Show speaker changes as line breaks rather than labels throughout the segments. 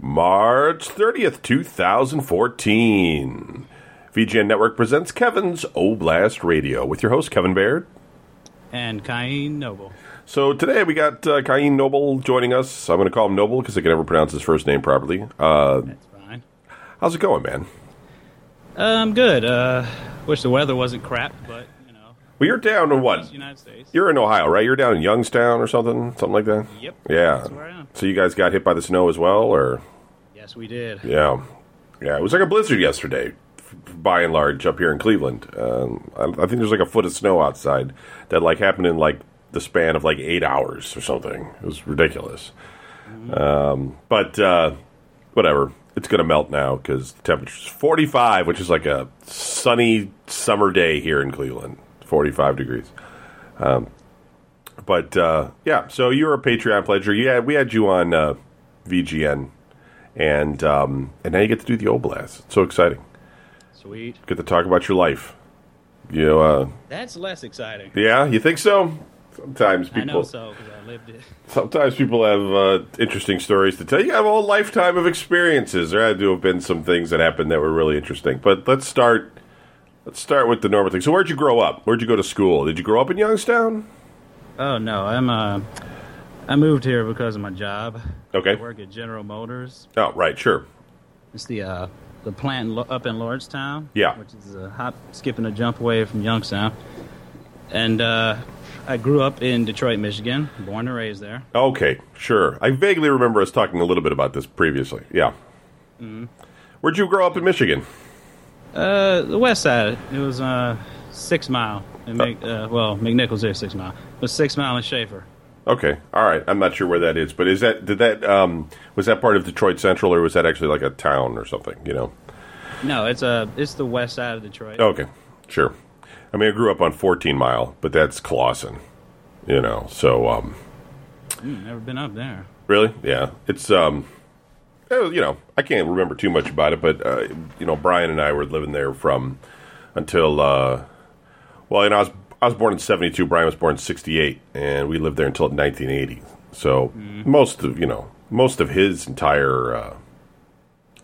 March 30th, 2014. VGN Network presents Kevin's Oblast Radio with your host, Kevin Baird.
and Cain Noble.
So today we got uh, Cain Noble joining us. I'm going to call him Noble because I can never pronounce his first name properly. Uh,
That's fine.
how's it going, man?
Um, good. Uh, wish the weather wasn't crap, but you know,
Well, you're down in
it's
what?
the United States.
You're in Ohio, right? You're down in Youngstown or something, something like that.
Yep.
Yeah.
That's where I am.
So you guys got hit by the snow as well, or
Yes, we did.
yeah, yeah. It was like a blizzard yesterday, f- by and large, up here in Cleveland. Um, I, I think there's like a foot of snow outside that like happened in like the span of like eight hours or something. It was ridiculous. Um, but uh, whatever, it's gonna melt now because the temperature's 45, which is like a sunny summer day here in Cleveland, 45 degrees. Um, But uh, yeah, so you were a Patreon pledger. Yeah, we had you on uh, VGN, and um, and now you get to do the Oblast. It's so exciting.
Sweet.
Get to talk about your life. You know, uh,
That's less exciting.
yeah, you think so? Sometimes people,
I know so because I lived it.
sometimes people have uh, interesting stories to tell. You have a whole lifetime of experiences. There had to have been some things that happened that were really interesting. But let's start. Let's start with the normal thing. So, where'd you grow up? Where'd you go to school? Did you grow up in Youngstown?
Oh no, I'm uh, I moved here because of my job.
Okay.
I work at General Motors.
Oh, right, sure.
It's the uh, the plant in Lo- up in Lordstown.
Yeah.
Which is a hop, skip, and a jump away from Youngstown. And uh, I grew up in Detroit, Michigan. Born and raised there.
Okay, sure. I vaguely remember us talking a little bit about this previously. Yeah.
Mm-hmm.
Where'd you grow up in Michigan?
Uh, the west side. It was uh six mile. And Mc,
Oh.
uh, well, McNichols is six mile, but six mile and Schaefer.
Okay, all right. I'm not sure where that is, but is that did that um, was that part of Detroit Central or was that actually like a town or something? You know.
No, it's uh, it's the west side of Detroit.
Okay, sure. I mean, I grew up on 14 Mile, but that's Clawson. You know, so um,
Mm, never been up there.
Really? Yeah. It's um, it was, you know, I can't remember too much about it, but uh, you know, Brian and I were living there from until uh, well, you know, I was I was born in '72. Brian was born in '68, and we lived there until 1980. So most of you know most of his entire uh,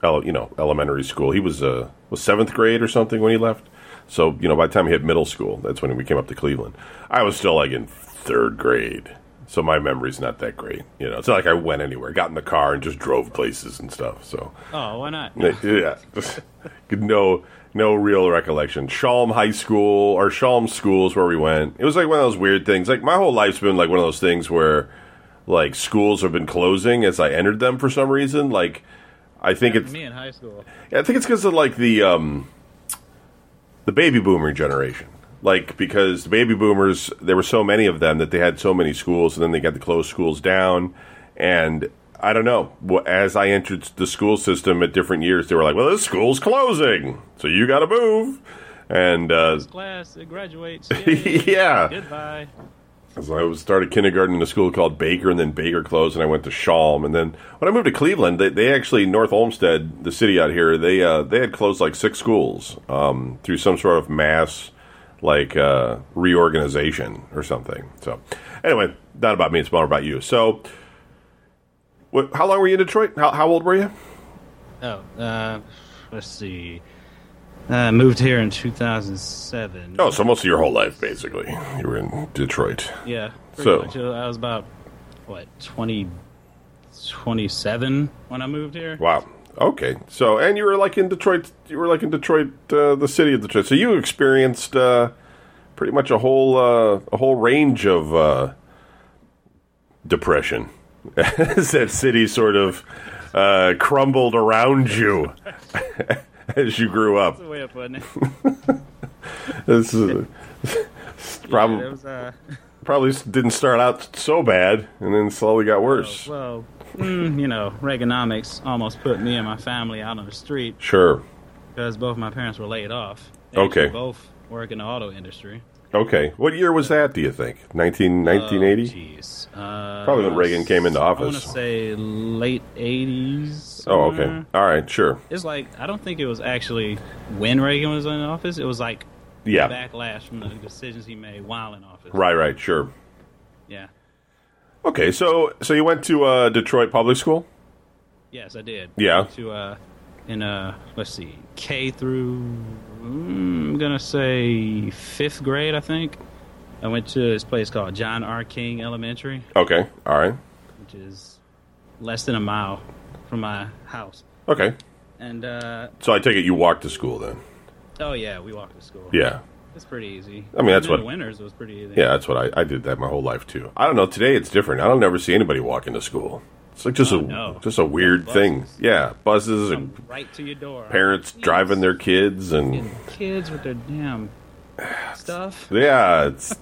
ele- you know elementary school, he was uh, was seventh grade or something when he left. So you know, by the time he hit middle school, that's when we came up to Cleveland. I was still like in third grade, so my memory's not that great. You know, it's not like I went anywhere, got in the car, and just drove places and stuff. So
Oh, why not?
yeah, no, no real recollection. Shalm High School or Shalm School is where we went. It was like one of those weird things. Like my whole life's been like one of those things where like schools have been closing as I entered them for some reason. Like I think it's
Me in high school.
I think it's because of like the um, the baby boomer generation. Like because the baby boomers, there were so many of them that they had so many schools, and then they got to close schools down. And I don't know. wh- As I entered the school system at different years, they were like, "Well, this school's closing, so you got to move." And uh,
Class, it graduates. Yay.
yeah,
Goodbye.
so I was started kindergarten in a school called Baker, and then Baker closed, and I went to Shalm, and then when I moved to Cleveland, they, they actually North Olmsted, the city out here, they uh, they had closed like six schools um, through some sort of mass like uh, reorganization or something. So anyway, not about me; it's more about you. So, what, how long were you in Detroit? How, how old were you?
Oh, uh, let's see. I moved here in 2007.
Oh, so most of your whole life, basically, you were in Detroit.
yeah. pretty
so-
much. I was about what 20, 27 when I moved here.
Wow. Okay. So, and you were like in Detroit. You were like in Detroit, uh, the city of Detroit. So you experienced uh, pretty much a whole uh, a whole range of uh, depression as that city sort of uh, crumbled around you as you grew up.
That's the way of putting it.
This is
Yeah, it
probably
was, uh,
probably didn't start out so bad, and then slowly got worse.
Well, mm, you know, Reaganomics almost put me and my family out on the street
Sure.
because both my parents were laid off. They
Okay.
actually Both work in the auto industry.
Okay. What year was that? Do you think 19, 1980?
Oh, Jeez. Uh,
Probably when Reagan came into
I want to
office.
say late 80s.
Oh, okay.
somewhere.
All right, sure.
It's like, I don't think it was actually when Reagan was in office. It was like
Yeah.
backlash from the decisions he made while in office.
Right, right, sure.
Yeah.
Okay, so so you went to uh, Detroit Public School?
Yes, I did.
Yeah.
To uh, in uh, let's see, K through mm, I'm gonna say fifth grade, I think. I went to this place called John R. King Elementary,
Okay. All right.
which is less than a mile from my house.
Okay.
And uh,
So I take it you walk to school then?
oh yeah, we walked to school.
Yeah.
it's pretty easy.
I mean, that's
Even in
what-
winters was pretty easy.
Yeah, that's what I, I did that my whole life too. I don't know. Today it's different. I don't ever see anybody walking to school. It's like just a
Oh, no.
just a weird
Buses.
thing. Yeah, buses and
Come right to your door.
parents
Yes.
driving their kids and
Fucking kids with their damn stuff.
yeah, it's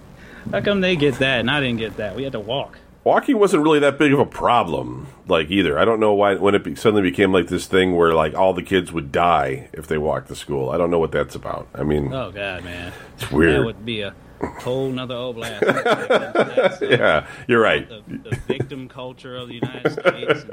How come they get that and I didn't get that? We had to walk.
walking wasn't really that big of a problem like either. I don't know why when it be, suddenly became like this thing where like all the kids would die if they walked to school. I don't know what that's about. I mean,
Oh God, man,
it's weird.
that would be a whole nother oblast. That's the,
yeah, you're right.
the victim culture of the United States.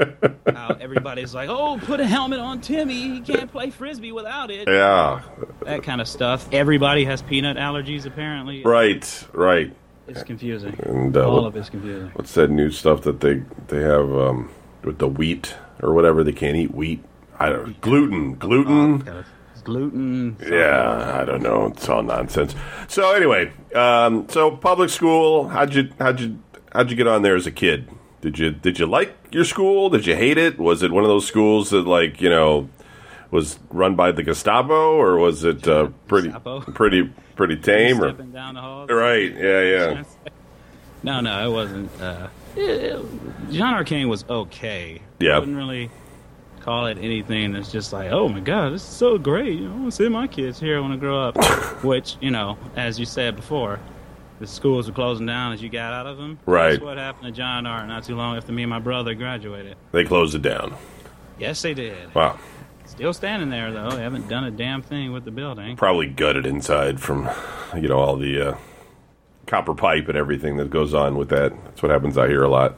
And how everybody's like, "Oh, put a helmet on Timmy. He can't play frisbee without it."
Yeah,
That kind of stuff. Everybody has peanut allergies. Apparently,
right, right.
it's confusing.
And, uh,
All
what-
of it's confusing.
what's that new stuff that they they have um, with the wheat or whatever they can't eat wheat i don't gluten
Uh,
gluten
It's gluten.
yeah i don't know it's all nonsense so anyway um, so public school how'd you how'd you how'd you get on there as a kid did you did you like your school did you hate it was it one of those schools that like you know was run by the Gestapo or was it uh, pretty
Gestapo.
pretty pretty tame or
Stepping down the hall.
right yeah yeah
No, no, it wasn't. Uh, it- it- John Arcane was okay.
Yeah.
I wouldn't really call it anything that's just like, oh my god, this is so great. You know, I want to send my kids here when I grow up. Which, you know, as you said before, the schools were closing down as you got out of them.
Right.
That's what happened to John R. Not too long after me and my brother graduated.
they closed it down
Yes, they did.
wow
Still standing there though. They haven't done a damn thing with the building.
probably gutted inside from you know all the uh, copper pipe and everything that goes on with that. That's what happens out here a lot.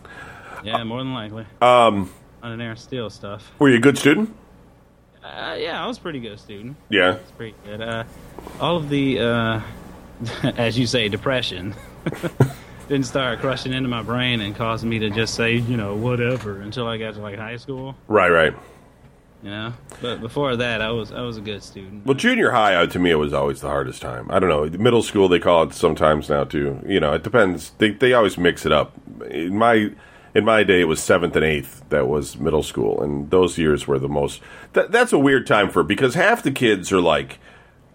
Yeah, more than likely.
Um,
Under there, still stuff.
were you a good student?
Uh, yeah, I was a pretty good student.
Yeah.
pretty good. Uh, all of the, uh, as you say, depression didn't start crushing into my brain and causing me to just say, you know, whatever until I got to like high school.
Right, right.
You know, but before that, I was I was a good student.
Well, junior high uh, to me it was always the hardest time. I don't know. Middle school they call it sometimes now too. You know, it depends. They they always mix it up. In my in my day it was seventh and eighth that was middle school, and those years were the most. That, that's a weird time for because half the kids are like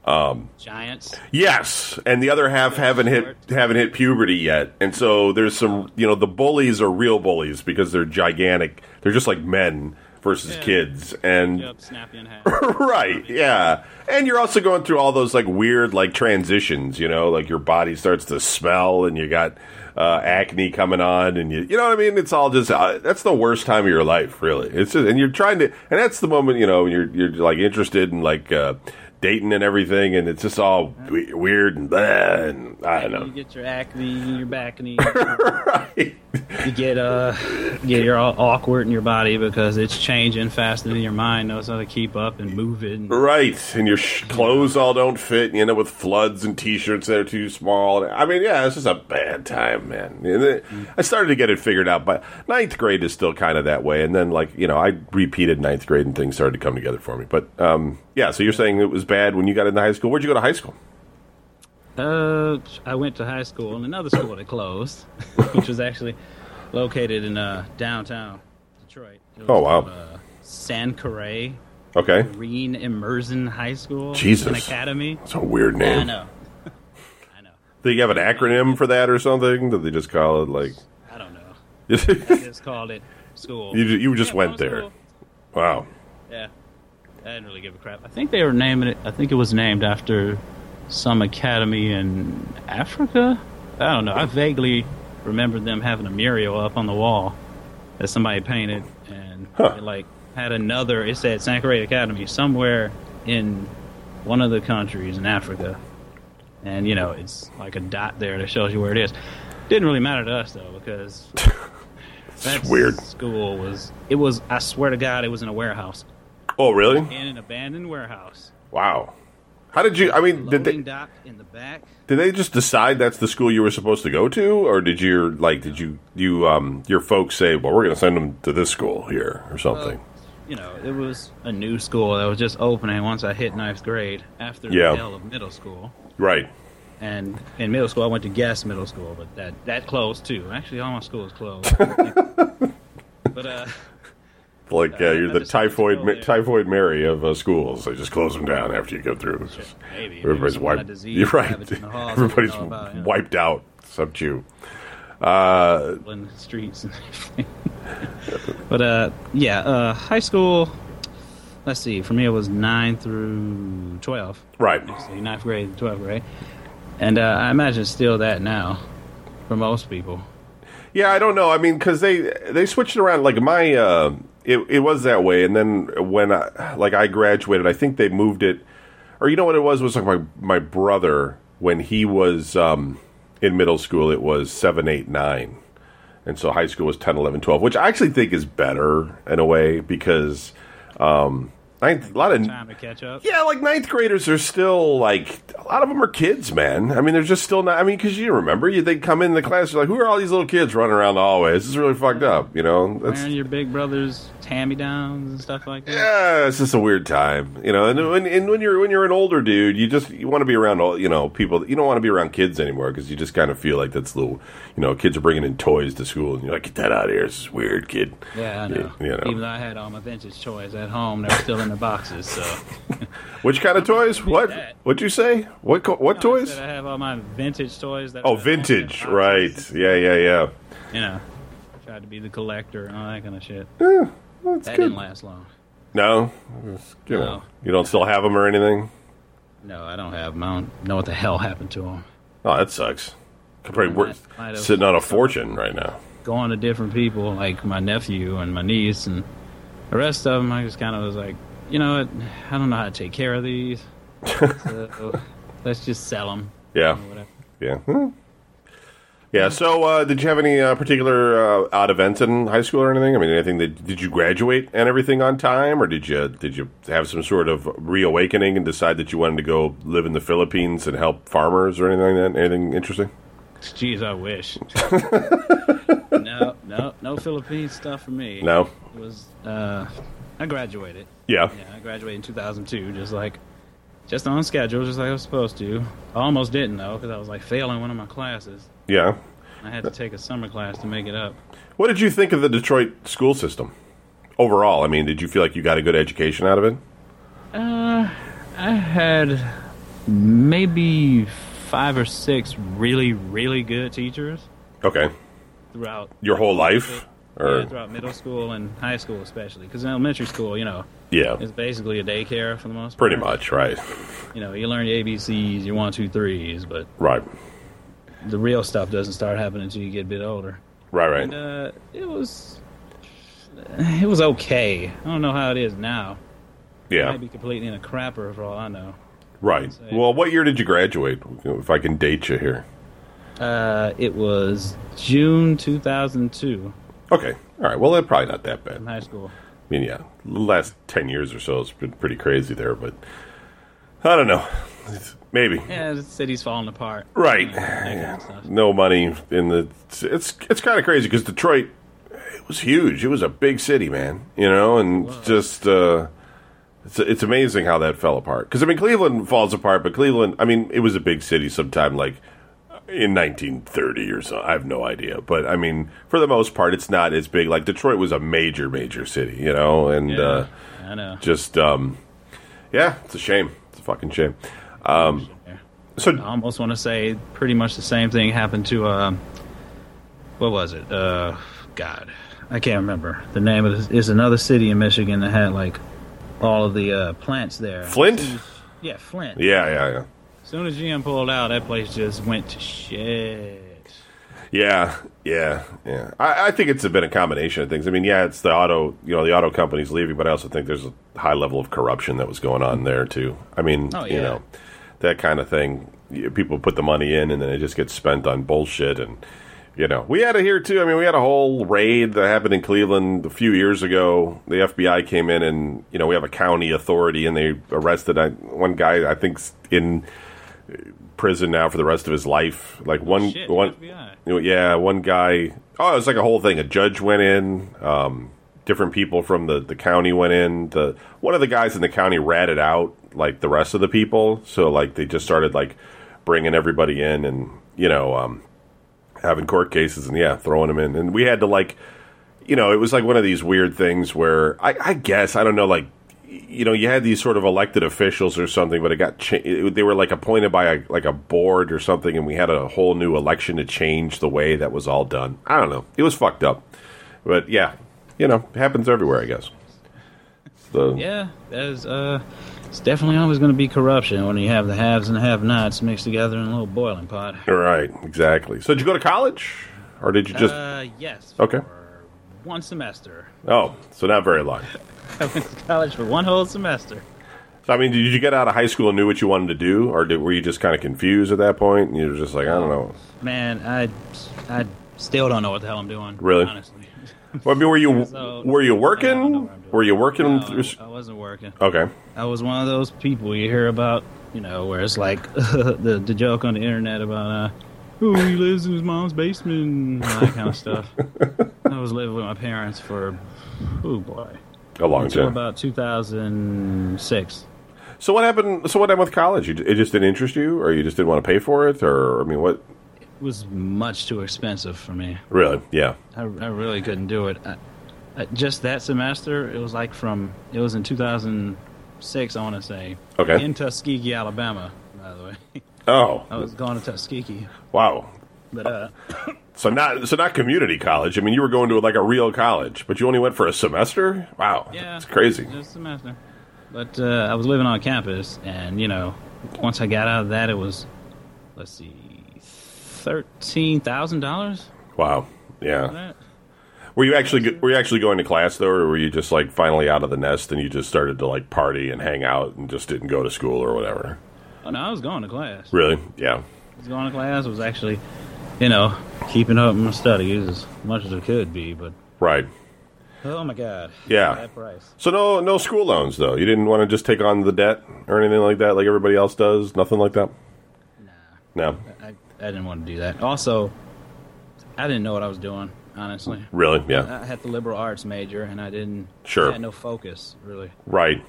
Giants.
Yes, and the other half haven't hit haven't hit puberty yet, and so there's some you know the bullies are real bullies because they're gigantic. They're just like men versus
Yeah.
kids, and
Yep, snappy in half.
right, yeah. And you're also going through all those like weird like transitions, you know, like your body starts to smell, and you got uh, acne coming on, and you you know what I mean. It's all just uh, that's the worst time of your life, really. It's just, and you're trying to, and that's the moment you know you're you're like interested in like. Uh, Dating and everything, and it's just all we- weird and, blah, and I don't
You
know.
get your acne, your back knee.
right.
You get uh, yeah, you're all awkward in your body because it's changing faster than your mind knows how to keep up and move it. And
Right, and your sh- clothes all don't fit, and you end up with floods and T-shirts that are too small. I mean, yeah, it's just a bad time, man. And it- I started to get it figured out, but ninth grade is still kind of that way. And then, like you know, I repeated ninth grade, and things started to come together for me. But um, yeah, so you're saying it was bad when you got into high school. Where'd you go to high school?
Uh, I went to high school in another school that closed, which was actually located in uh, downtown Detroit. It was
Oh, wow.
called, Uh, San Corre
Okay,
Green Immersion High School.
Jesus.
An academy.
it's a weird
Yeah, I
name.
know. I know.
Do you have an acronym for that or something? Did they just call it like?
I don't know.
you
I just called it school.
ju- you just
Yeah,
went
was
there.
cool.
Wow.
Yeah. I didn't really give a crap. I think they were naming it. I think it was named after some academy in Africa. I don't know. I vaguely remember them having a mural up on the wall that somebody painted, and
Huh.
it, like had another. It said Sankarate Academy somewhere in one of the countries in Africa, and you know it's like a dot there that shows you where it is. Didn't really matter to us though because that
weird.
School was it was. I swear to God, it was in a warehouse
Oh, really?
in an abandoned warehouse.
Wow. How did you? I mean, did they?
Loading dock in the back.
Did they just decide that's the school you were supposed to go to, or did your like did you you um your folks say, well, we're going to send them to this school here or something?
you know, it was a new school that was just opening once I hit ninth grade after
Yeah.
the hell of middle school.
Right.
And in middle school, I went to Guess Middle School, but that that closed too. Actually, all my schools closed. but uh,
Like uh,
Uh,
you're
I
the
just have to
typhoid
go
ma-
there.
typhoid Mary of uh, schools. They just close them down after you go through. It's just-
maybe if it was
everybody's
one
wiped.
disease
You're right.
ravaging the halls, we
Everybody's
know about, you know,
wiped out except you. Uh,
in the streets and everything. but uh, yeah, uh, high school. Let's see. For me, it was nine through twelve.
right.
So ninth grade, twelfth grade, and uh, I imagine it's still that now for most people.
Yeah, I don't know. I mean, because they they switched it around. Like my, uh, it it was that way, and then when I like I graduated, I think they moved it, or you know what it was It was like my my brother when he was um, in middle school, it was seven, eight, nine, and so high school was 10, 11, 12, which I actually think is better in a way because um, I, a lot of
Time to catch up.
yeah, like ninth graders are still like a lot of them are kids, man. I mean, they're just still not. I mean, because you remember, you they come in the class, you're like, who are all these little kids running around the hallways? This is really fucked up, you know. That's,
Wearing your big brother's tammy downs and stuff like that.
yeah, it's just a weird time, you know. And when and when you're when you're an older dude, you just you want to be around all you know people. that- You don't want to be around kids anymore because you just kind of feel like that's little, you know, kids are bringing in toys to school, and you're like, get that out of here, this is weird, kid.
Yeah, I know.
Yeah, you know.
Even though I had all my vintage toys at home, they were still in the boxes. So
Which kind of toys? What?
that.
What'd you say? What? co- What
I,
toys?
said I have all my vintage toys. That
Oh,
were at home in the
vintage,
boxes.
right? Yeah, yeah, yeah.
You know, tried to be the collector and all that kind of shit.
That's
that
good.
didn't last long.
No, It's, you
No.
know, you don't still have them or anything.
No, I don't have them. I don't know what the hell happened to them.
Oh, that sucks. Could Probably
Might-
worth
might have-
sitting on a fortune right now.
Going to different people, like my nephew and my niece, and the rest of them, I just kind of was like, you know what? I don't know how to take care of these. so let's just sell them.
Yeah,
Or whatever.
yeah, Hmm. yeah. So, uh, did you have any uh, particular uh, odd events in high school or anything? I mean, anything that did you graduate and everything on time, or did you did you have some sort of reawakening and decide that you wanted to go live in the Philippines and help farmers or anything like that? Anything interesting?
Jeez, I wish. no, no, no Philippine stuff for me.
No.
It was uh, I graduated.
Yeah.
Yeah, I graduated in 2002, just like just on schedule, just like I was supposed to. I almost didn't though, because I was like failing one of my classes.
Yeah.
I had to take a summer class to make it up.
What did you think of the Detroit school system overall? I mean, did you feel like you got a good education out of it?
Uh, I had maybe five or six really, really good teachers
Okay.
throughout
Your whole life?
yeah,
Or
throughout middle school and high school, especially because in elementary school, you know,
yeah.
it's basically a daycare for the most part.
Pretty much, right.
you know, you learn your ABCs, your one, two, threes, but
Right.
the real stuff doesn't start happening until you get a bit older.
Right, right.
Uh, it was, it was okay. I don't know how it is now.
Yeah.
Might be completely in a crapper for all I know.
Right.
say-
Well, what year did you graduate? If I can date you here.
Uh, it was June 2002
Okay. All right. Well, that's probably not that bad.
in
I
high school.
mean, yeah. The last 10 years or so has been pretty crazy there, but I don't know. Maybe.
Yeah, the city's falling apart.
Right.
You know, that kind of stuff.
no money in the it's it's kind of crazy because Detroit it was huge. It was a big city, man. You know, and just uh, it's it's amazing how that fell apart. Because I mean, Cleveland falls apart, but Cleveland, I mean, it was a big city sometime like in 1930 or so. I have no idea, but I mean, for the most part, it's not as big. Like Detroit was a major, major city, you know, and
Yeah,
uh,
I know.
just um, yeah, it's a shame. It's a fucking shame.
Yeah.
So
I almost want to say pretty much the same thing happened to um, what was it? Uh, God, I can't remember the name of this. Is another city in Michigan that had like all of the uh, plants there.
Flint?
As soon as- yeah, Flint.
yeah, yeah, yeah.
As soon as GM pulled out, that place just went to shit.
Yeah, yeah, yeah. I, I think it's been a combination of things. I mean, yeah, it's the auto, you know, the auto companies leaving, but I also think there's a high level of corruption that was going on there too. I mean,
Oh,
you
yeah.
know, that kind of thing. You- People put the money in, and then it just gets spent on bullshit. And you know, we had it here too. I mean, we had a whole raid that happened in Cleveland a few years ago. The FBI came in, and you know, we have a county authority, and they arrested I, one guy. I think in prison now for the rest of his life. Like one
Shit,
one
FBI.
you know, yeah, one guy. Oh, it was like a whole thing. A judge went in. Um, different people from the, the county went in. The one of the guys in the county ratted out like the rest of the people, so like they just started like bringing everybody in and you know um, having court cases and yeah, throwing them in. And we had to like, you know, it was like one of these weird things where I, I guess I don't know like. You know, you had these sort of elected officials or something, but it got cha- it, they were like appointed by a, like a board or something, and we had a whole new election to change the way that was all done. I don't know, it was fucked up, but yeah, you know, it happens everywhere, I guess. So,
Yeah, that is, uh, it's definitely always going to be corruption when you have the haves and the have-nots mixed together in a little boiling pot.
Right, exactly. So did you go to college, or did you just?
uh, yes.
Okay.
for One semester.
oh, so not very long.
I went to college for one whole semester.
So I mean, did you get out of high school and knew what you wanted to do, or did, were you just kind of confused at that point? And you were just like, I don't know.
Man, I, I still don't know what the hell I'm doing.
Really?
Honestly.
Well, I mean, were you
So-
were you
I don't know
working?
what I'm doing.
Were you working?
No,
through s-
I wasn't working.
okay,
I was one of those people you hear about, you know, where it's like the the joke on the internet about, uh, oh, he lives in his mom's basement and all that kind of stuff. I was living with my parents for, oh boy,
a long
until
time.
about 2006.
So what happened? So what happened with college? You, it just didn't interest you, or you just didn't want to pay for it, or I mean, what?
It was much too expensive for me.
Really? Yeah.
I, I really couldn't do it. I, I, just that semester, it was like from it was in 2006, I want to say,
Okay.
in Tuskegee, Alabama. By the way,
Oh,
I was going to Tuskegee,
wow.
but uh,
So not so not community college. I mean, you were going to like a real college, but you only went for a semester. Wow,
yeah,
it's crazy.
Just a semester, but uh, I was living on campus, and you know, once I got out of that, it was let's see, thirteen thousand dollars.
Wow, yeah. Were you actually go- were you actually going to class though, or were you just like finally out of the nest and you just started to like party and hang out and just didn't go to school or whatever?
Oh no, I was going to class.
Really? Yeah.
was going to class. was actually, you know, keeping up my studies as much as I could be. But
Right.
oh my god,
Yeah.
that price.
So no no school loans though. You didn't want to just take on the debt or anything like that, like everybody else does. Nothing like that.
Nah,
No.
I, I didn't want to do that. Also, I didn't know what I was doing. Honestly,
Really? Yeah.
I had the liberal arts major, and I didn't.
Sure.
I had no focus really.
Right.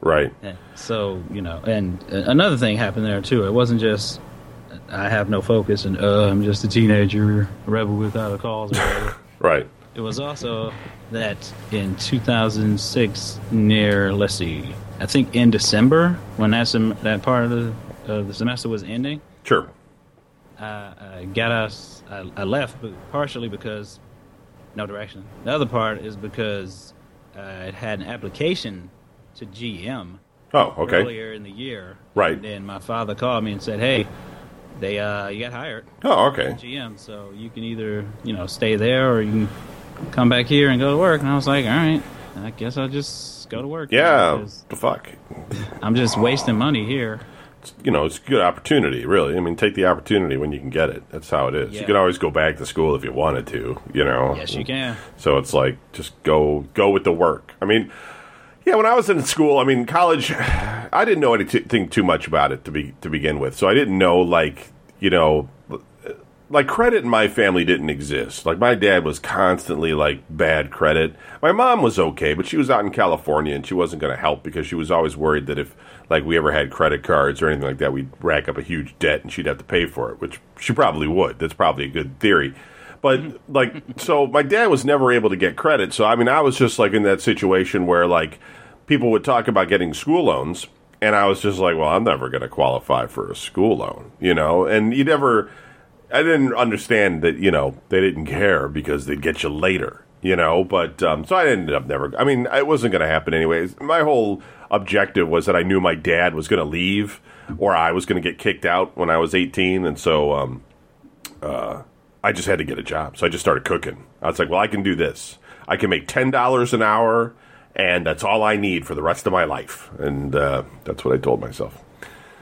Right.
And so you know, and uh, another thing happened there too. It wasn't just uh, I have no focus and uh, I'm just a teenager, a rebel without a cause. Or whatever.
Right.
It was also that in 2006, near let's see, I think in December when that sem- that part of the, uh, the semester was ending,
Sure.
I, I uh, got us. uh, I, I left, but partially because no direction. The other part is because I had an application to GM
Oh, okay.
earlier in the year.
Right.
And then my father called me and said, "Hey, they uh, you got hired."
Oh, okay.
GM, so you can either you know stay there or you can come back here and go to work. And I was like, all right, I guess I'll just go to work.
Yeah.
because
The fuck.
I'm just wasting money here.
you know, it's a good opportunity, really. I mean, take the opportunity when you can get it. That's how it is. You
Yeah.
can always go back to school if you wanted to, you know.
Yes, you can.
So it's like just go go with the work. I mean, yeah, when I was in school, I mean, college, I didn't know anything too much about it to be to begin with. So I didn't know like, you know, like credit in my family didn't exist. Like my dad was constantly like bad credit. My mom was okay, but she was out in California and she wasn't going to help because she was always worried that if like we ever had credit cards or anything like that, we'd rack up a huge debt and she'd have to pay for it, which she probably would. That's probably a good theory. But like so my dad was never able to get credit. So I mean, I was just like in that situation where like people would talk about getting school loans and I was just like, well, I'm never going to qualify for a school loan, you know? And you never I didn't understand that you know they didn't care because they'd get you later, you know. But um, so I ended up never. I mean, it wasn't going to happen anyways. My whole objective was that I knew my dad was going to leave, or I was going to get kicked out when I was eighteen, and so um, I just had to get a job. So I just started cooking. I was like, well, I can do this. I can make ten dollars an hour, and that's all I need for the rest of my life. And uh, that's what I told myself.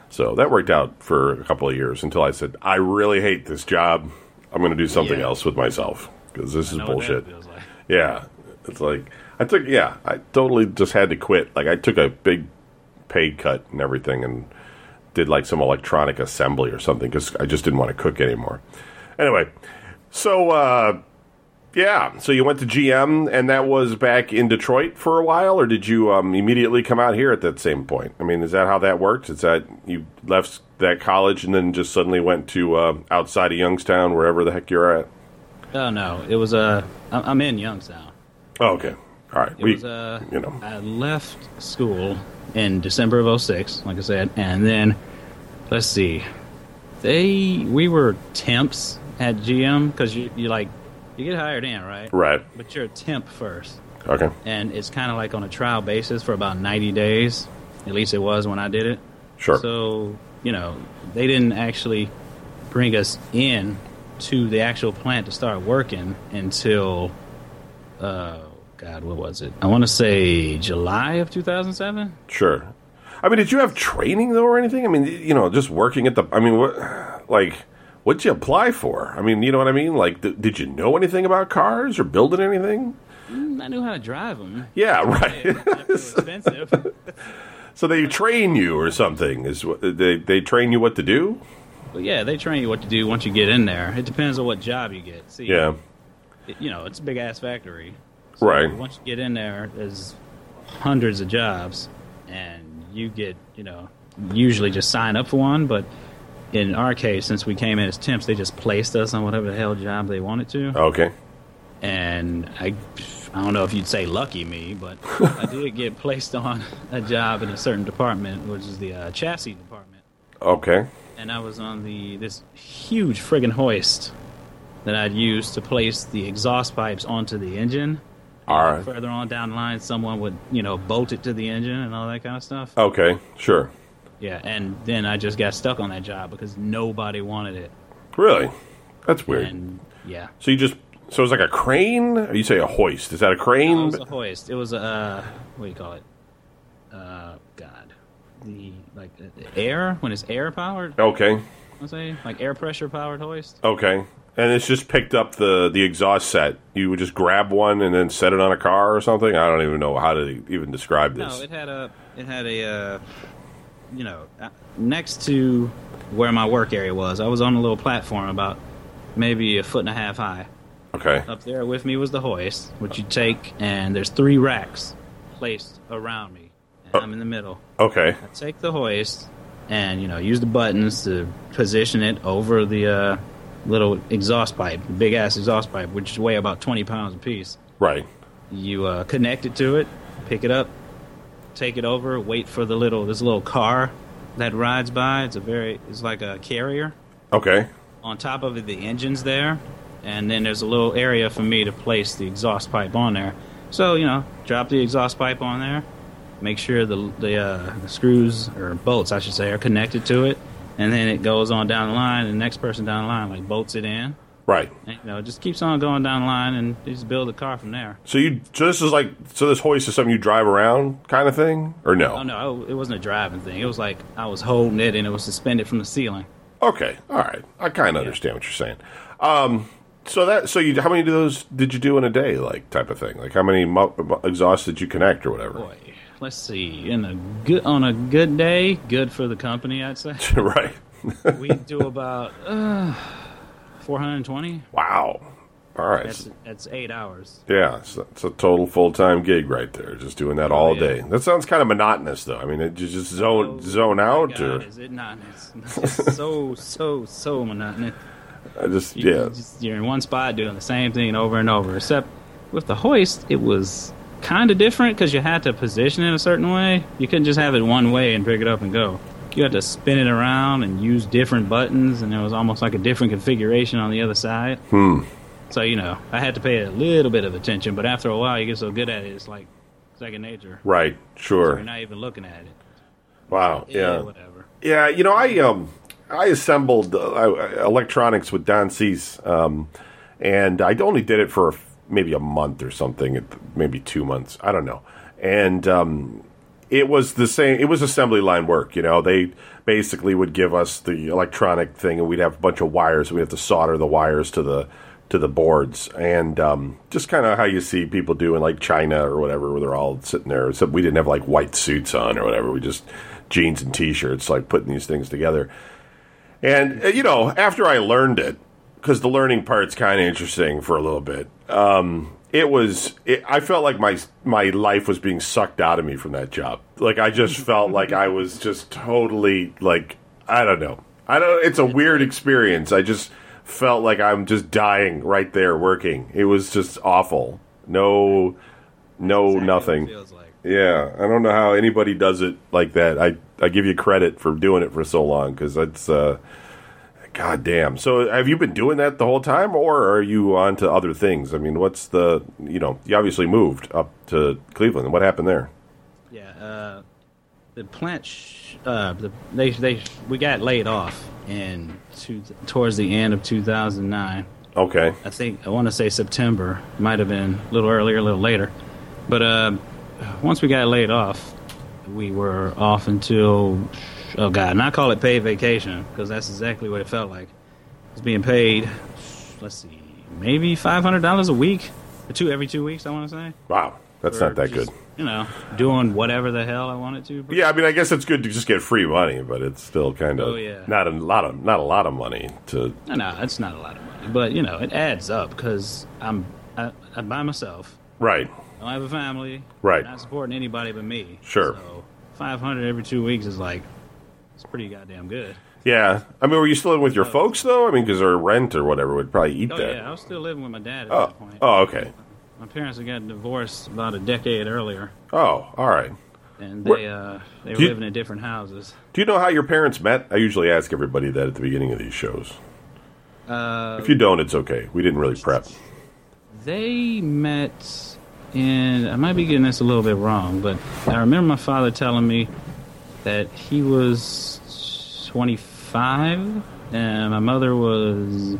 So that worked out for a couple of years until I said, I really hate this job. I'm going to do something
Yeah.
else with myself because this is
Know what that
bullshit.
feels like.
Yeah. It's like, I took, yeah, I totally just had to quit. Like, I took a big pay cut and everything and did like some electronic assembly or something because I just didn't want to cook anymore. Anyway, so, uh, Yeah. So you went to GM, and that was back in Detroit for a while, or did you um, immediately come out here at that same point? I mean, is that how that worked? Is that you left that college and then just suddenly went to uh, outside of Youngstown, wherever the heck you're at?
Oh no, it was uh, I- I'm in Youngstown.
Oh, okay. All right.
It was uh,
you know.
I left school in December of 06, like I said, and then let's see, they we were temps at GM because you you like you get hired in right,
right.
but you're a temp first,
Okay.
and it's kind of like on a trial basis for about 90 days. At least it was when I did it.
Sure.
So, you know, they didn't actually bring us in to the actual plant to start working until, uh, God, what was it? I want to say July of 2007.
Sure. I mean, did you have training though, or anything? I mean, you know, just working at the. I mean, what, like, what'd you apply for? I mean, you know what I mean? Like, th- did you know anything about cars or building anything?
Mm, I knew how to drive them.
Yeah, right.
It was expensive.
so they train you or something? Is what they they train you what to do?
but yeah, they train you what to do once you get in there. It depends on what job you get. See,
Yeah.
it- you know, it's a big ass factory.
Right.
Once you get in there, there's hundreds of jobs, and you get, you know, usually just sign up for one. But in our case, since we came in as temps, they just placed us on whatever the hell job they wanted to.
Okay.
And I, I don't know if you'd say lucky me, but I did get placed on a job in a certain department, which is the uh, chassis department
Okay.
and I was on the this huge friggin' hoist that I'd used to place the exhaust pipes onto the engine.
All right.
Further on down the line, someone would you know bolt it to the engine and all that kind of stuff.
Okay. Sure.
Yeah, and then I just got stuck on that job because nobody wanted it,
Really? That's weird.
and yeah.
So you just so it's like a crane? Or you say a hoist? Is that a
It
crane?
was a hoist. It was a uh, what do you call it? Uh, God, the like the the air when it's air powered.
Okay.
I'm saying like air pressure powered hoist.
Okay. And it's just picked up the, the exhaust set. You would just grab one and then set it on a car or something. I don't even know how to even describe this.
No, it had a it had a uh, you know uh, next to where my work area was. I was on a little platform about maybe a foot and a half high.
okay.
Up there with me was the hoist, which you take, and there's three racks placed around me. And I'm in the middle.
Okay.
I take the hoist, and you know use the buttons to position it over the uh, little exhaust pipe, big ass exhaust pipe, which weigh about 20 pounds a piece
Right.
you uh, connect it to it, pick it up, take it over, wait for the little this little car that rides by. It's a very it's like a carrier.
Okay.
On top of it, the engine's there, and then there's a little area for me to place the exhaust pipe on there. So you know, drop the exhaust pipe on there, make sure the the, uh, the screws or bolts, I should say, are connected to it, and then it goes on down the line. And the next person down the line like bolts it in.
Right.
And, you know, it just keeps on going down the line, and you just build the car from there.
So you so this is like so this hoist is something you drive around kind of thing or no?
Oh no, it wasn't a driving thing. It was like I was holding it and it was suspended from the ceiling.
Okay. All right. I kind of understand what you're saying. Um so that so you how many of those did you do in a day like type of thing? Like how many mu- mu- exhausts did you connect or whatever?
Boy, let's see. In a good on a good day, good for the company, I'd say.
right.
We do about uh, 420.
Wow. All right.
That's that's eight hours.
Yeah, it's, it's a total full time gig right there. Just doing that all
Oh, yeah. Oh,
day. That sounds kind of monotonous, though. I mean, it, you just zone zone out,
God,
or
is it not? It's, it's so so so monotonous.
I just
You-
yeah.
you just- you're in one spot doing the same thing over and over. Except with the hoist, it was kind of different because you had to position it a certain way. You couldn't just have it one way and pick it up and go. You had to spin it around and use different buttons, and it was almost like a different configuration on the other side. Hmm. So you know, I had to pay a little bit of attention, but after a while, you get so good at it, it's like second nature.
right,
You're
sure.
not even looking at it.
Wow, yeah,
whatever.
yeah. You know, I um, I assembled uh, I- electronics with Don Cease, um, and I only did it for a f- maybe a month or something, maybe two months. I don't know. And um, it was the same it was assembly line work you know they basically would give us the electronic thing and we'd have a bunch of wires we would have to solder the wires to the to the boards and um, just kind of how you see people do in like china or whatever where they're all sitting there except we didn't have like white suits on or whatever we just jeans and t-shirts like putting these things together and uh, you know after i learned it because the learning part's kind of interesting for a little bit it was it, i felt like my my life was being sucked out of me from that job like i just felt like i was just totally like i don't know i don't it's a weird experience i just felt like i'm just dying right there working it was just awful no no
Exactly what it
nothing
feels like.
yeah i don't know how anybody does it like that i i give you credit for doing it for so long because that's uh God damn. So have you been doing that the whole time or are you on to other things? I mean, what's the, you know, you obviously moved up to Cleveland. What happened there?
Yeah, uh, the plant. Sh- uh, the, they they we got laid off in two, towards the end of 2009.
Okay.
I think I want to say September. Might have been a little earlier, a little later. But um once we got laid off, we were off until oh god, and I call it paid vacation because that's exactly what it felt like. It was being paid. Let's see, maybe five hundred dollars a week, or two every two weeks. I want to say.
Wow. That's not
for
that
just,
good.
You know, doing whatever the hell I wanted to. but-
Yeah, I mean, I guess it's good to just get free money, but it's still kind of
Oh, yeah.
not a lot of not a lot of money to
No, no, it's not a lot of money, but you know, it adds up because I'm I, I'm by myself.
right.
I don't have a family.
Right.
Not supporting anybody but me.
Sure.
So five hundred every two weeks is like it's pretty goddamn good.
Yeah, I mean, were you still living with your folks though? I mean, because their rent or whatever would probably eat
Oh
that.
yeah, I was still living with my dad at
Oh,
that point.
oh, okay.
My parents had gotten divorced about a decade earlier,
Oh, all right.
and
Where-
they uh they were
Do you-
living in different houses.
Do you know how your parents met? I usually ask everybody that at the beginning of these shows.
Uh,
If you don't, it's okay. We didn't really prep.
They met, and I might be getting this a little bit wrong, but I remember my father telling me that he was 25, and my mother was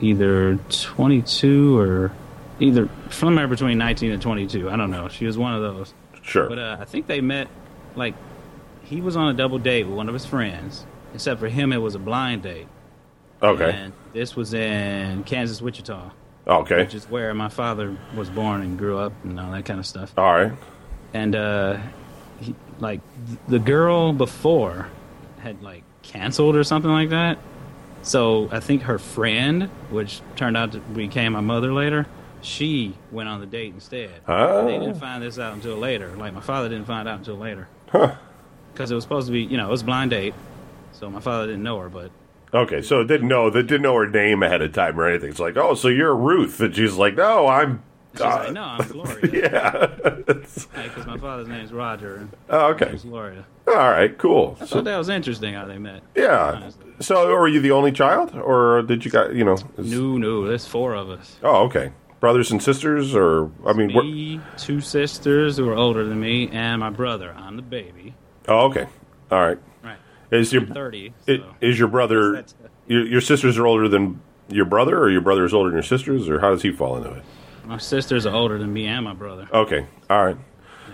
either 22 or either somewhere between 19 and 22. I don't know. She was one of those.
Sure.
But uh, I think they met, like, he was on a double date with one of his friends. Except for him, it was a blind date.
okay.
And this was in Kansas, Wichita
Okay.
which is where my father was born and grew up and all that kind of stuff.
All right.
And uh, he, like th- the girl before had like canceled or something like that. So I think her friend, which turned out to became my mother later, she went on the date instead.
Oh.
They didn't find this out until later. Like my father didn't find out until later. Because it was supposed to be, you know, it was a blind date. So my father didn't know her, but
Okay. So it didn't know they didn't know her name ahead of time or anything. It's like, oh, so you're Ruth, and she's like, no, I'm.
she's
uh,
like, no, I'm Gloria.
Yeah. It's-
Because my father's name is Roger and
oh, okay.
she's Gloria.
All right. Cool.
I thought
So,
that was interesting how they met.
yeah. So, were you the only child, or did you got you know? is-
No, no, there's four of us.
Oh, okay. Brothers and sisters, or I mean, what?
Me, two sisters who are older than me, and my brother. I'm the baby.
Oh, okay. All right.
Right.
Is your
Thirty. So.
i- is your brother
That's-
your, your sisters are older than your brother, or your brother is older than your sisters, or how does he fall into it?
my sisters are older than me and my brother.
Okay, all right.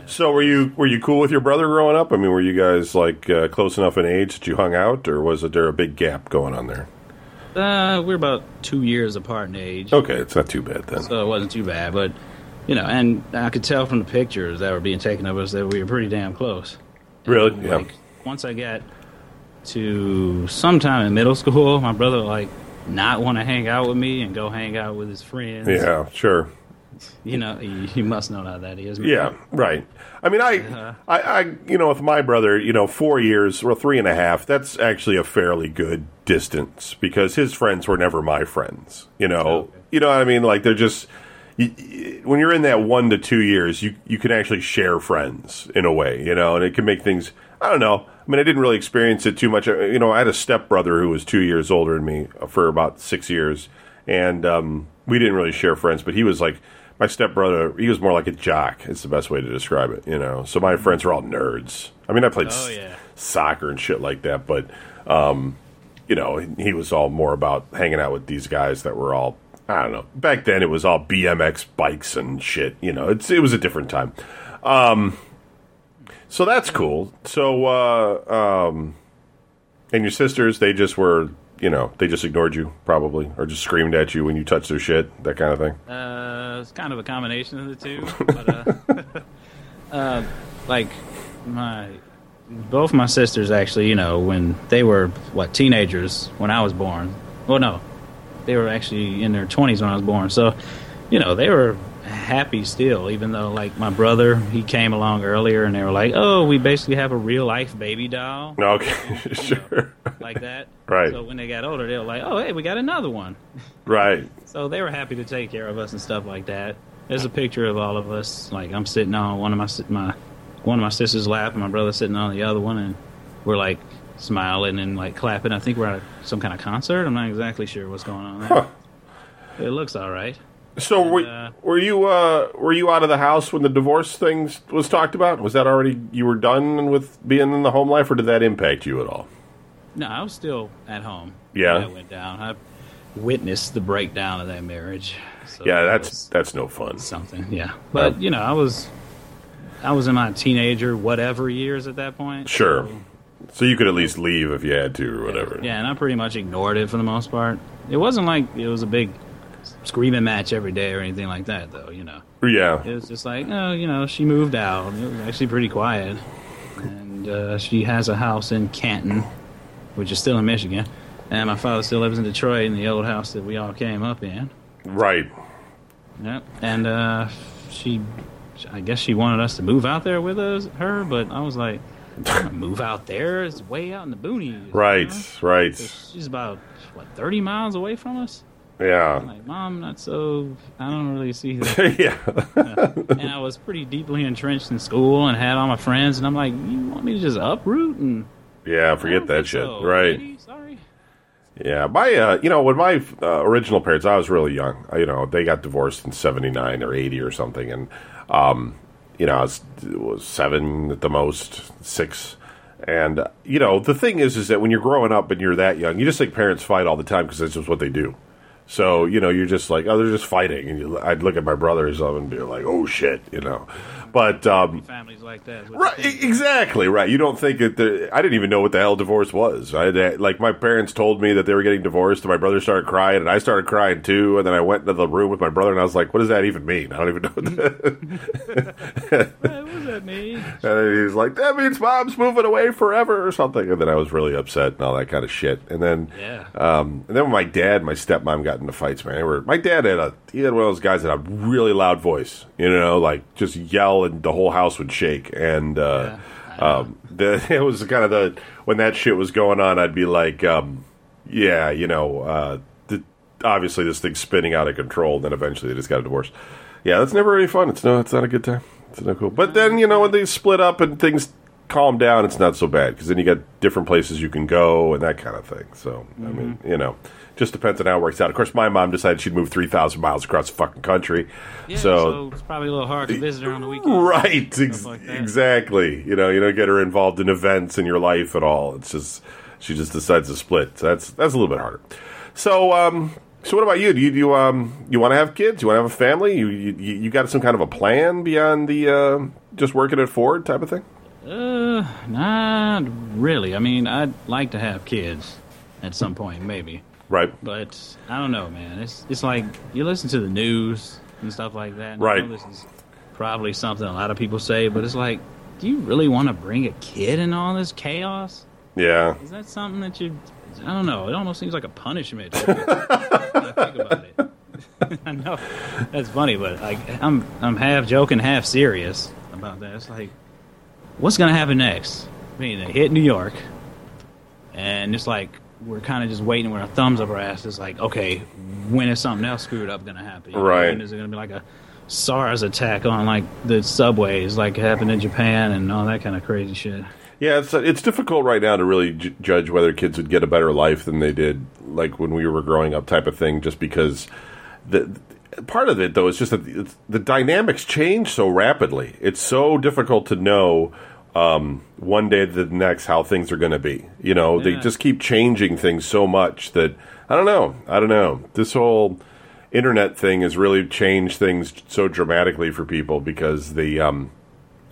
So were you were you cool with your brother growing up? I mean, were you guys like uh, close enough in age that you hung out, or was there a big gap going on there?
Uh, we're about two years apart in age,
Okay, it's not too bad then.
so it wasn't too bad. But you know, and I could tell from the pictures that were being taken of us that we were pretty damn close.
really? Yeah.
Like once I got to sometime in middle school, my brother like not want to hang out with me and go hang out with his friends.
yeah, sure.
You know, you, you must know how that is. man.
Yeah, right. I mean, I, I, I, you know, with my brother, you know, four years or three and a half, that's actually a fairly good distance because his friends were never my friends. You know,
Okay.
you know what I mean? Like they're just y y when you're in that one to two years, you you can actually share friends in a way, you know, and it can make things. I don't know. I mean, I didn't really experience it too much. I- You know, I had a stepbrother who was two years older than me for about six years, and um, we didn't really share friends. But he was like my stepbrother. He was more like a jock. It's the best way to describe it, you know. So my friends were all nerds. I mean, I played
Mm-hmm. Oh,
s-
yeah.
soccer and shit like that, but um, you know, he was all more about hanging out with these guys that were all I don't know. Back then it was all BMX bikes and shit, you know. It's it was a different time. Um so that's cool. So uh um and your sisters, they just were, you know, they just ignored you probably or just screamed at you when you touched their shit, that kind of thing.
Uh, it's kind of a combination of the two, but uh, uh, like my both my sisters actually, you know, when they were what teenagers when I was born. Well, no, they were actually in their twenties when I was born. So, you know, they were happy still, even though like my brother, he came along earlier and they were like, Oh, we basically have a real life baby doll
Okay, sure.
like that.
Right.
So when they got older they were like, Oh hey, we got another one.
Right.
So they were happy to take care of us and stuff like that. There's a picture of all of us. Like I'm sitting on one of my si- my one of my sister's lap, and my brother sitting on the other one, and we're like smiling and like clapping. I think we're at some kind of concert. I'm not exactly sure what's going on. There.
Huh.
It looks all right.
So were,
uh,
were you uh, were you out of the house when the divorce thing s- was talked about? Was that already you were done with being in the home life, or did that impact you at all?
No, I was still at home.
Yeah.
when that went down. I witnessed the breakdown of that marriage. So
Yeah,
that
that's
was-
that's no fun.
something. Yeah, but
Oh.
you know, I was I was in my teenager whatever years at that point.
Sure. So you could at least leave if you had to, or whatever.
Yeah, and I pretty much ignored it for the most part. It wasn't like it was a big screaming match every day or anything like that, though. You know,
Yeah.
it was just like, oh, you know, she moved out. It was actually pretty quiet, and uh, she has a house in Canton, which is still in Michigan, and my father still lives in Detroit in the old house that we all came up in.
Right.
Yep. And uh, she, I guess she wanted us to move out there with us, her, but I was like, I'm gonna move out there. It's way out in the boonies. you know?
Right. Right.
She's about what thirty miles away from us. I'm
Yeah.
like, mom, not so. I don't really see that.
yeah.
and I was pretty deeply entrenched in school and had all my friends. And I'm like, you want me to just uproot and
Yeah.
I don't
Forget that
think
shit.
so,
Right.
lady, sorry.
Yeah, my uh, you know when my uh, original parents, I was really young. Uh, You know, they got divorced in '79 or '80 or something, and um, you know, I was, was seven at the most, six. And uh, you know, the thing is, is that when you're growing up and you're that young, you just think parents fight all the time because that's just what they do. So you know, you're just like, oh, they're just fighting. And you, I'd look at my brothers and be like, oh shit, you know. But um,
Families like that. with
Right,
the thing.
e- exactly. Right. You don't think that the, I didn't even know what the hell divorce was. I had, to- like my parents told me that they were getting divorced, and my brother started crying, and I started crying too. And then I went into the room with my brother, and I was like, "What does that even mean? I don't even know." What that.
Hey, what does that mean?
and he's like, "That means mom's moving away forever or something." And then I was really upset and all that kind of shit. And then
Yeah.
um, and then when my dad and my stepmom got into fights, man, they were, my dad had a he had one of those guys that had a really loud voice, you know, like just yell and the whole house would shake. And uh, um, the, it was kind of the when that shit was going on, I'd be like, um, yeah, you know, uh, the, obviously this thing's spinning out of control. And then eventually they just got a divorce. Yeah, that's never really fun. It's no, it's not a good time. It's not cool. But then you know when they split up and things calm down, it's not so bad because then you got different places you can go and that kind of thing. So I mean, you know, just depends on how it works out. Of course, my mom decided she'd move three thousand miles across the fucking country.
Yeah,
so,
so it's probably a little hard to visit her on the weekend.
right, ex-
Stuff like that.
exactly. You know, you don't get her involved in events in your life at all. It's just she just decides to split. So that's that's a little bit harder. So um. So what about you? Do you, do you um you want to have kids? You want to have a family? You, you you you got some kind of a plan beyond the uh, just working at Ford type of thing?
Uh, not really. I mean, I'd like to have kids at some point, maybe.
Right.
But I don't know, man. It's it's like you listen to the news and stuff like that. and I
Right.
know This is probably something a lot of people say, but it's like, do you really want to bring a kid in all this chaos?
Yeah.
Is that something that you? I don't know. It almost seems like a punishment. when I think about it. I know that's funny, but like I'm I'm half joking, half serious about that. It's like, what's gonna happen next? I mean, they hit New York, and it's like we're kind of just waiting with our thumbs up our asses. Like, okay, when is something else screwed up gonna happen? You know,
Right.
When is it gonna be like a SARS attack on like the subways, like happened in Japan and all that kind of crazy shit?
Yeah, it's it's difficult right now to really j- judge whether kids would get a better life than they did like when we were growing up type of thing just because the part of it though is just that it's, the dynamics change so rapidly. It's so difficult to know um, one day to the next how things are going to be. You know, they
Yeah.
just keep changing things so much that I don't know. I don't know. This whole internet thing has really changed things so dramatically for people because the um,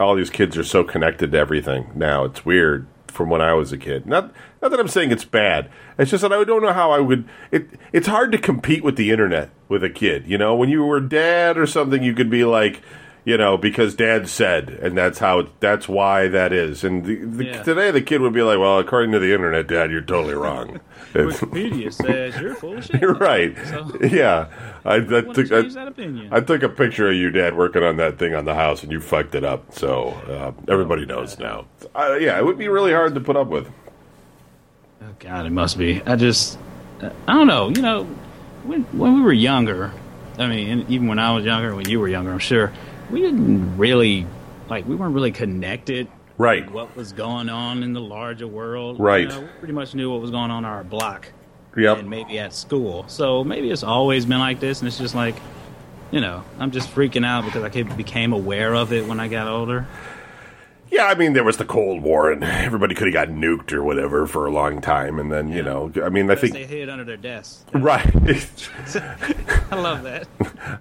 all these kids are so connected to everything now. It's weird from when I was a kid. Not not that I'm saying it's bad. It's just that I don't know how I would. It it's hard to compete with the internet with a kid. You know, when you were dad or something, you could be like. you know, because dad said, and that's how that's why that is. And the, the,
Yeah.
today the kid would be like, well, according to the internet, dad, you're totally wrong. It's-
Wikipedia says you're full of shit.
you're right.
So-
yeah, I, I
Want to
took I,
change that opinion?
I took a picture of you, dad, working on that thing on the house, and you fucked it up. So uh, everybody knows now. Uh, yeah, it would be really hard to put up with.
Oh, God, it must be. I just, I don't know. You know, when when we were younger, I mean, and even when I was younger, when you were younger, I'm sure we didn't really like we weren't really connected.
Right.
to What was going on in the larger world? You
Right.
know, we pretty much knew what was going on in our block
Yep.
and maybe at school. So maybe it's always been like this, and it's just like, you know, I'm just freaking out because I ca- became aware of it when I got older.
Yeah, I mean, there was the Cold War, and everybody could have got nuked or whatever for a long time, and then you know, I mean, I
They
think
hid under their desks.
right.
I love that.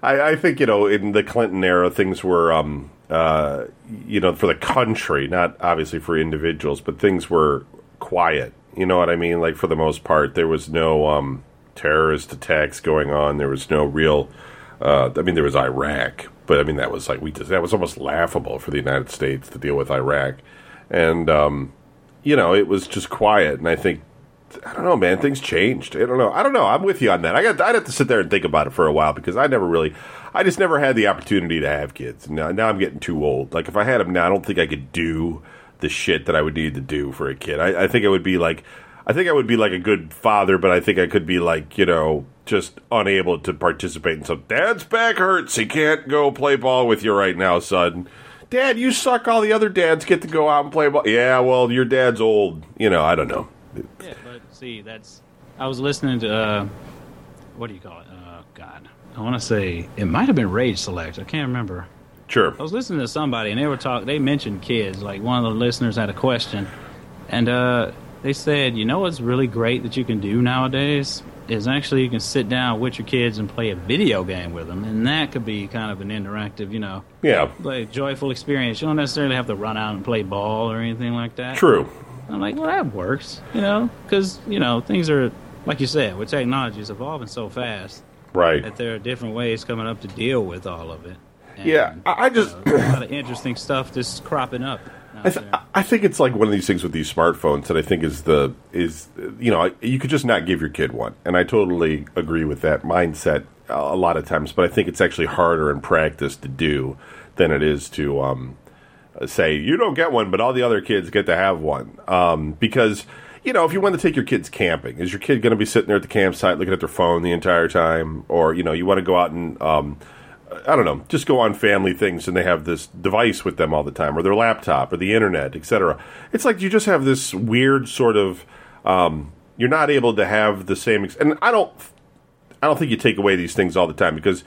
I, I think you know in the Clinton era things were um, uh, you know for the country, not obviously for individuals, but things were quiet. You know what I mean? Like for the most part, there was no um, terrorist attacks going on. There was no real. Uh, I mean, there was Iraq, but I mean that was like we just that was almost laughable for the United States to deal with Iraq, and um, you know it was just quiet. And I think I don't know, man. Things changed. I don't know. I don't know. I'm with you on that. I got. I'd have to sit there and think about it for a while because I never really, I just never had the opportunity to have kids. Now, now I'm getting too old. Like if I had them now, I don't think I could do the shit that I would need to do for a kid. I, I think I would be like, I think I would be like a good father, but I think I could be like, you know, just unable to participate in some. Dad's back hurts. He can't go play ball with you right now, son. Dad, you suck. All the other dads get to go out and play ball. Yeah, well, your dad's old. You know, I don't know.
Yeah, but see, that's. I was listening to. Uh, what do you call it? Uh, God. I want to say it might have been Rage Select. I can't remember.
Sure.
I was listening to somebody and they were talking. They mentioned kids. Like one of the listeners had a question, and uh, they said, "You know what's really great that you can do nowadays is actually you can sit down with your kids and play a video game with them, and that could be kind of an interactive, you know,
Yeah,
like joyful experience. You don't necessarily have to run out and play ball or anything like that.
true.
I'm like, well, that works, you know, because you know things are like you said with technology is evolving so fast
Right.
that there are different ways coming up to deal with all of it. And,
Yeah, I, I
you know,
just
there's a lot of interesting stuff that's cropping up. out
I, th-
there.
I think it's like one of these things with these smartphones that I think is the is you know I- you could just not give your kid one, and I totally agree with that mindset a a lot of times. But I think it's actually harder in practice to do than it is to um, say you don't get one, but all the other kids get to have one. Um, because you know, if you want to take your kids camping, is your kid going to be sitting there at the campsite looking at their phone the entire time, or you know, you want to go out and um, I don't know, just go on family things and they have this device with them all the time, or their laptop, or the internet, etc. It's like you just have this weird sort of um, you're not able to have the same. Ex- and I don't, I don't think you take away these things all the time because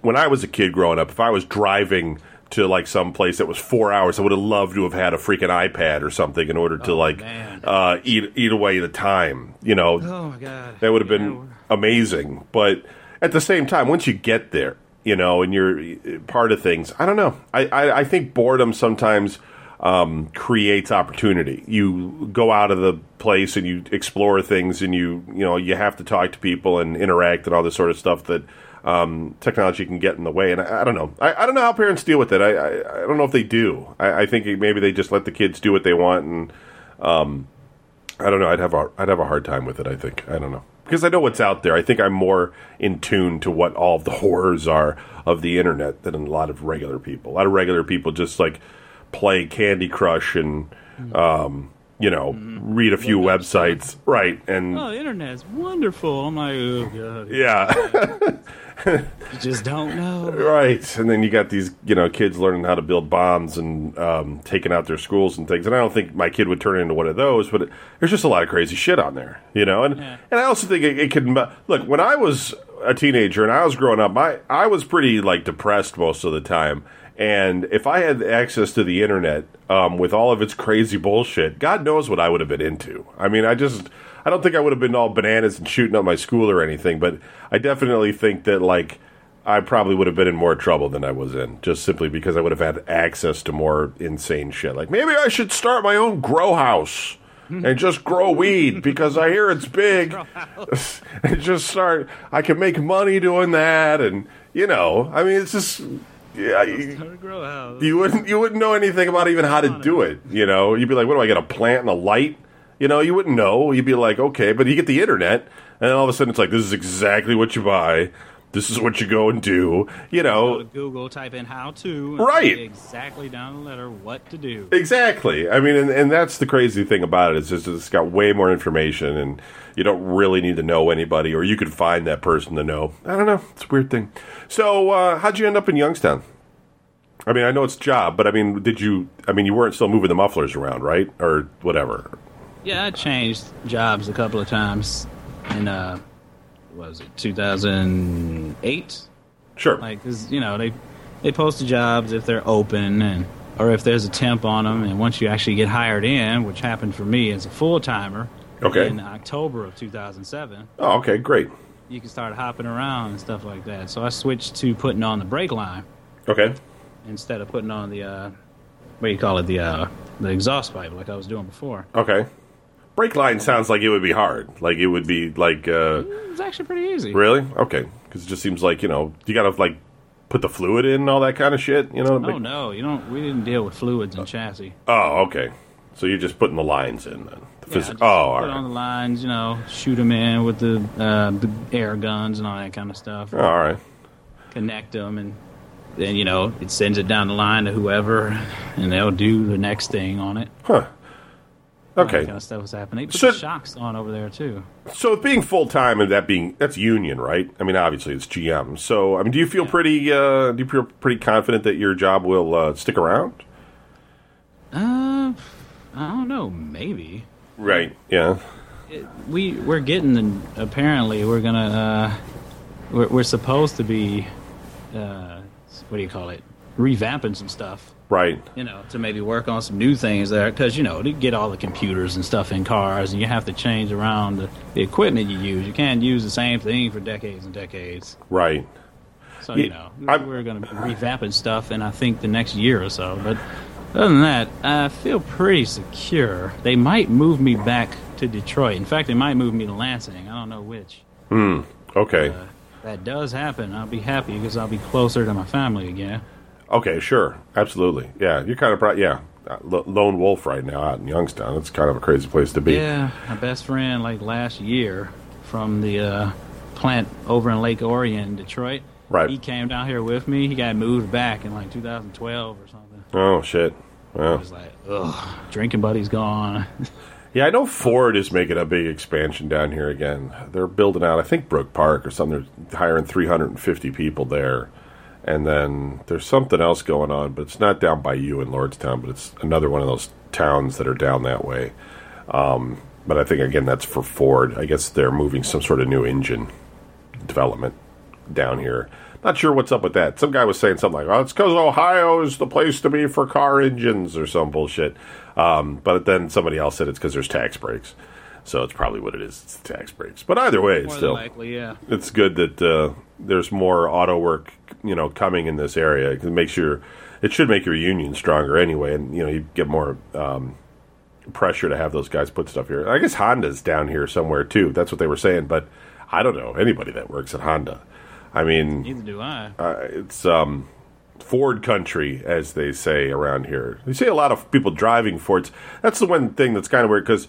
when I was a kid growing up, if I was driving to like some place that was four hours, I would have loved to have had a freaking iPad or something in order to like
man.
uh, eat eat away the time. You know,
oh my god,
that would have
You
been
know,
amazing. But at the same time, once you get there, you know, and you're uh, part of things, I don't know. I, I, I think boredom sometimes um, creates opportunity. You go out of the place and you explore things, and you you know you have to talk to people and interact and all this sort of stuff that. Um, technology can get in the way, and I, I don't know. I, I don't know how parents deal with it. I, I, I don't know if they do. I, I think maybe they just let the kids do what they want, and I don't know. I'd have a I'd have a hard time with it. I think I don't know because I know what's out there. I think I'm more in tune to what all of the horrors are of the internet than a lot of regular people. A lot of regular people just like play Candy Crush and um, you know read a few websites, right? And
oh, the internet's wonderful. I'm like, oh god,
yeah.
you just don't know.
Right, and then you got these, you know, kids learning how to build bombs and um, taking out their schools and things. And I don't think my kid would turn into one of those, but it, there's just a lot of crazy shit on there, you know. And
Yeah.
and I also think it, it could mu- look when I was a teenager and I was growing up, my I was pretty like depressed most of the time. And if I had access to the internet um, with all of its crazy bullshit, God knows what I would have been into. I mean, I just I don't think I would have been all bananas and shooting up my school or anything, but I definitely think that like. I probably would have been in more trouble than I was in, just simply because I would have had access to more insane shit. Like maybe I should start my own grow house and just grow weed because I hear it's big. and just start, I can make money doing that, and you know, I mean, it's just yeah,
It's
you,
gonna grow out.
you wouldn't you wouldn't know anything about even how to do it. You know, you'd be like, what do I get? A plant and a light? You know, you wouldn't know. You'd be like, okay, but you get the internet, and then all of a sudden it's like, this is exactly what you buy. This is what you go and do. You
Go to
know,
Google, type in how to, and
Right.
say Exactly down the letter what to do.
exactly. I mean, and, and that's the crazy thing about it is just it's got way more information, and you don't really need to know anybody, or you could find that person to know. I don't know. It's a weird thing. So, uh, how'd you end up in Youngstown? I mean, I know it's a job, but I mean, did you? I mean, you weren't still moving the mufflers around, right, or whatever?
Yeah, I changed jobs a couple of times in uh, what was it 2008?
Sure.
Like, 'cause, you know they they post the jobs if they're open and or if there's a temp on them. And once you actually get hired in, which happened for me as a full timer,
Okay.
in October of 2007,
oh, okay, great.
you can start hopping around and stuff like that. So I switched to putting on the brake line
Okay.
instead of putting on the uh, what do you call it the uh, the exhaust pipe like I was doing before.
Okay. Brake line sounds like it would be hard. Like it would be like uh,
It was actually pretty easy.
really okay because it just seems like you know you gotta like put the fluid in and all that kind of shit. You know.
Oh no, you don't. We didn't deal with fluids and chassis.
Oh, okay. So you're just putting the lines in then. The
Yeah,
phys-
just
oh, all
put on
right.
the lines, you know, shoot them in with the, uh, the air guns and all that kind of stuff.
Oh, all right.
Connect them, and then you know it sends it down the line to whoever, and they'll do the next thing on it.
Huh.
That
Okay.
kind of stuff was happening. They put
So-
the shocks on over there too.
So being full time and that being that's union, right? I mean, obviously it's GM. So I mean, do you feel pretty uh, do you feel pretty confident that your job will uh, stick around?
Uh, I don't know. Maybe
Right. Yeah.
we we're getting the, apparently we're gonna uh, we're, we're supposed to be uh, what do you call it? Revamping some stuff.
Right.
you know, to maybe work on some new things there because you know to get all the computers and stuff in cars, and you have to change around the, the equipment you use. You can't use the same thing for decades and decades.
Right.
So
Yeah,
you know,
I'm-
we're going to be revamping stuff, and I think the next year or so. But other than that, I feel pretty secure. They might move me back to Detroit. In fact, they might move me to Lansing. I don't know which.
Okay.
If that does happen. I'll be happy because I'll be closer to my family again.
okay. Sure. Absolutely. Yeah. You're kind of pro- yeah uh, lo- lone wolf right now out in Youngstown. It's kind of a crazy place to be.
Yeah, my best friend, like last year from the uh, plant over in Lake Orion, Detroit.
Right.
He came down here with me. He got moved back in like 2012 or something.
Oh shit.
I
Wow.
was like, ugh, drinking buddy's gone.
Yeah, I know Ford is making a big expansion down here again. They're building out, I think, Brook Park or something. They're hiring 350 people there. And then there's something else going on, but it's not down by you in Lordstown, but it's another one of those towns that are down that way. Um, but I think, again, that's for Ford. I guess they're moving some sort of new engine development down here. Not sure what's up with that. Some guy was saying something like, "Oh, it's because Ohio is the place to be for car engines" or some bullshit. Um, but then somebody else said it's because there's tax breaks, so it's probably what it is. It's tax breaks. But either way, it's
More
still
than likely, yeah.
it's good that uh, there's more auto work, you know, coming in this area. It makes your it should make your union stronger anyway, and you know you get more um, pressure to have those guys put stuff here. I guess Honda's down here somewhere too. That's what they were saying, but I don't know anybody that works at Honda. I mean,
Neither do I.
uh, it's um, Ford country, as they say around here. You see a lot of people driving Fords. That's the one thing that's kind of weird because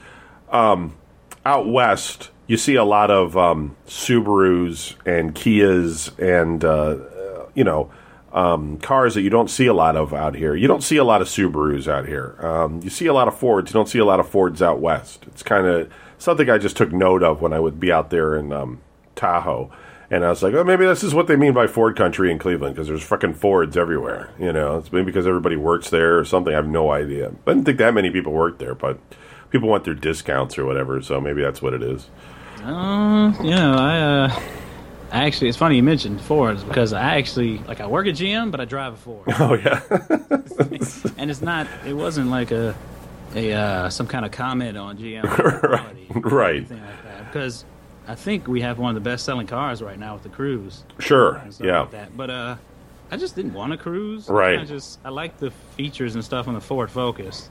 out west, you see a lot of um, Subarus and Kias and uh, uh, you know um, cars that you don't see a lot of out here. You don't see a lot of Subarus out here. Um, you see a lot of Fords. You don't see a lot of Fords out west. It's kind of something I just took note of when I would be out there in um, Tahoe. And I was like, oh, maybe this is what they mean by Ford country in Cleveland because there's fucking Fords everywhere. You know, it's maybe because everybody works there or something. I have no idea. I didn't think that many people worked there, but people want their discounts or whatever, so maybe that's what it is.
Uh, you know, I uh, I actually, it's funny you mentioned Fords because I actually, like, I work at GM, but I drive a Ford.
Oh yeah,
and it's not, it wasn't like a, a uh, some kind of comment on GM. quality.
right.
anything like that because I think we have one of the best selling cars right now with the Cruise.
Sure.
and stuff
Yeah.
like that. But uh, I just didn't want a Cruise.
Right.
I just I like the features and stuff on the Ford Focus,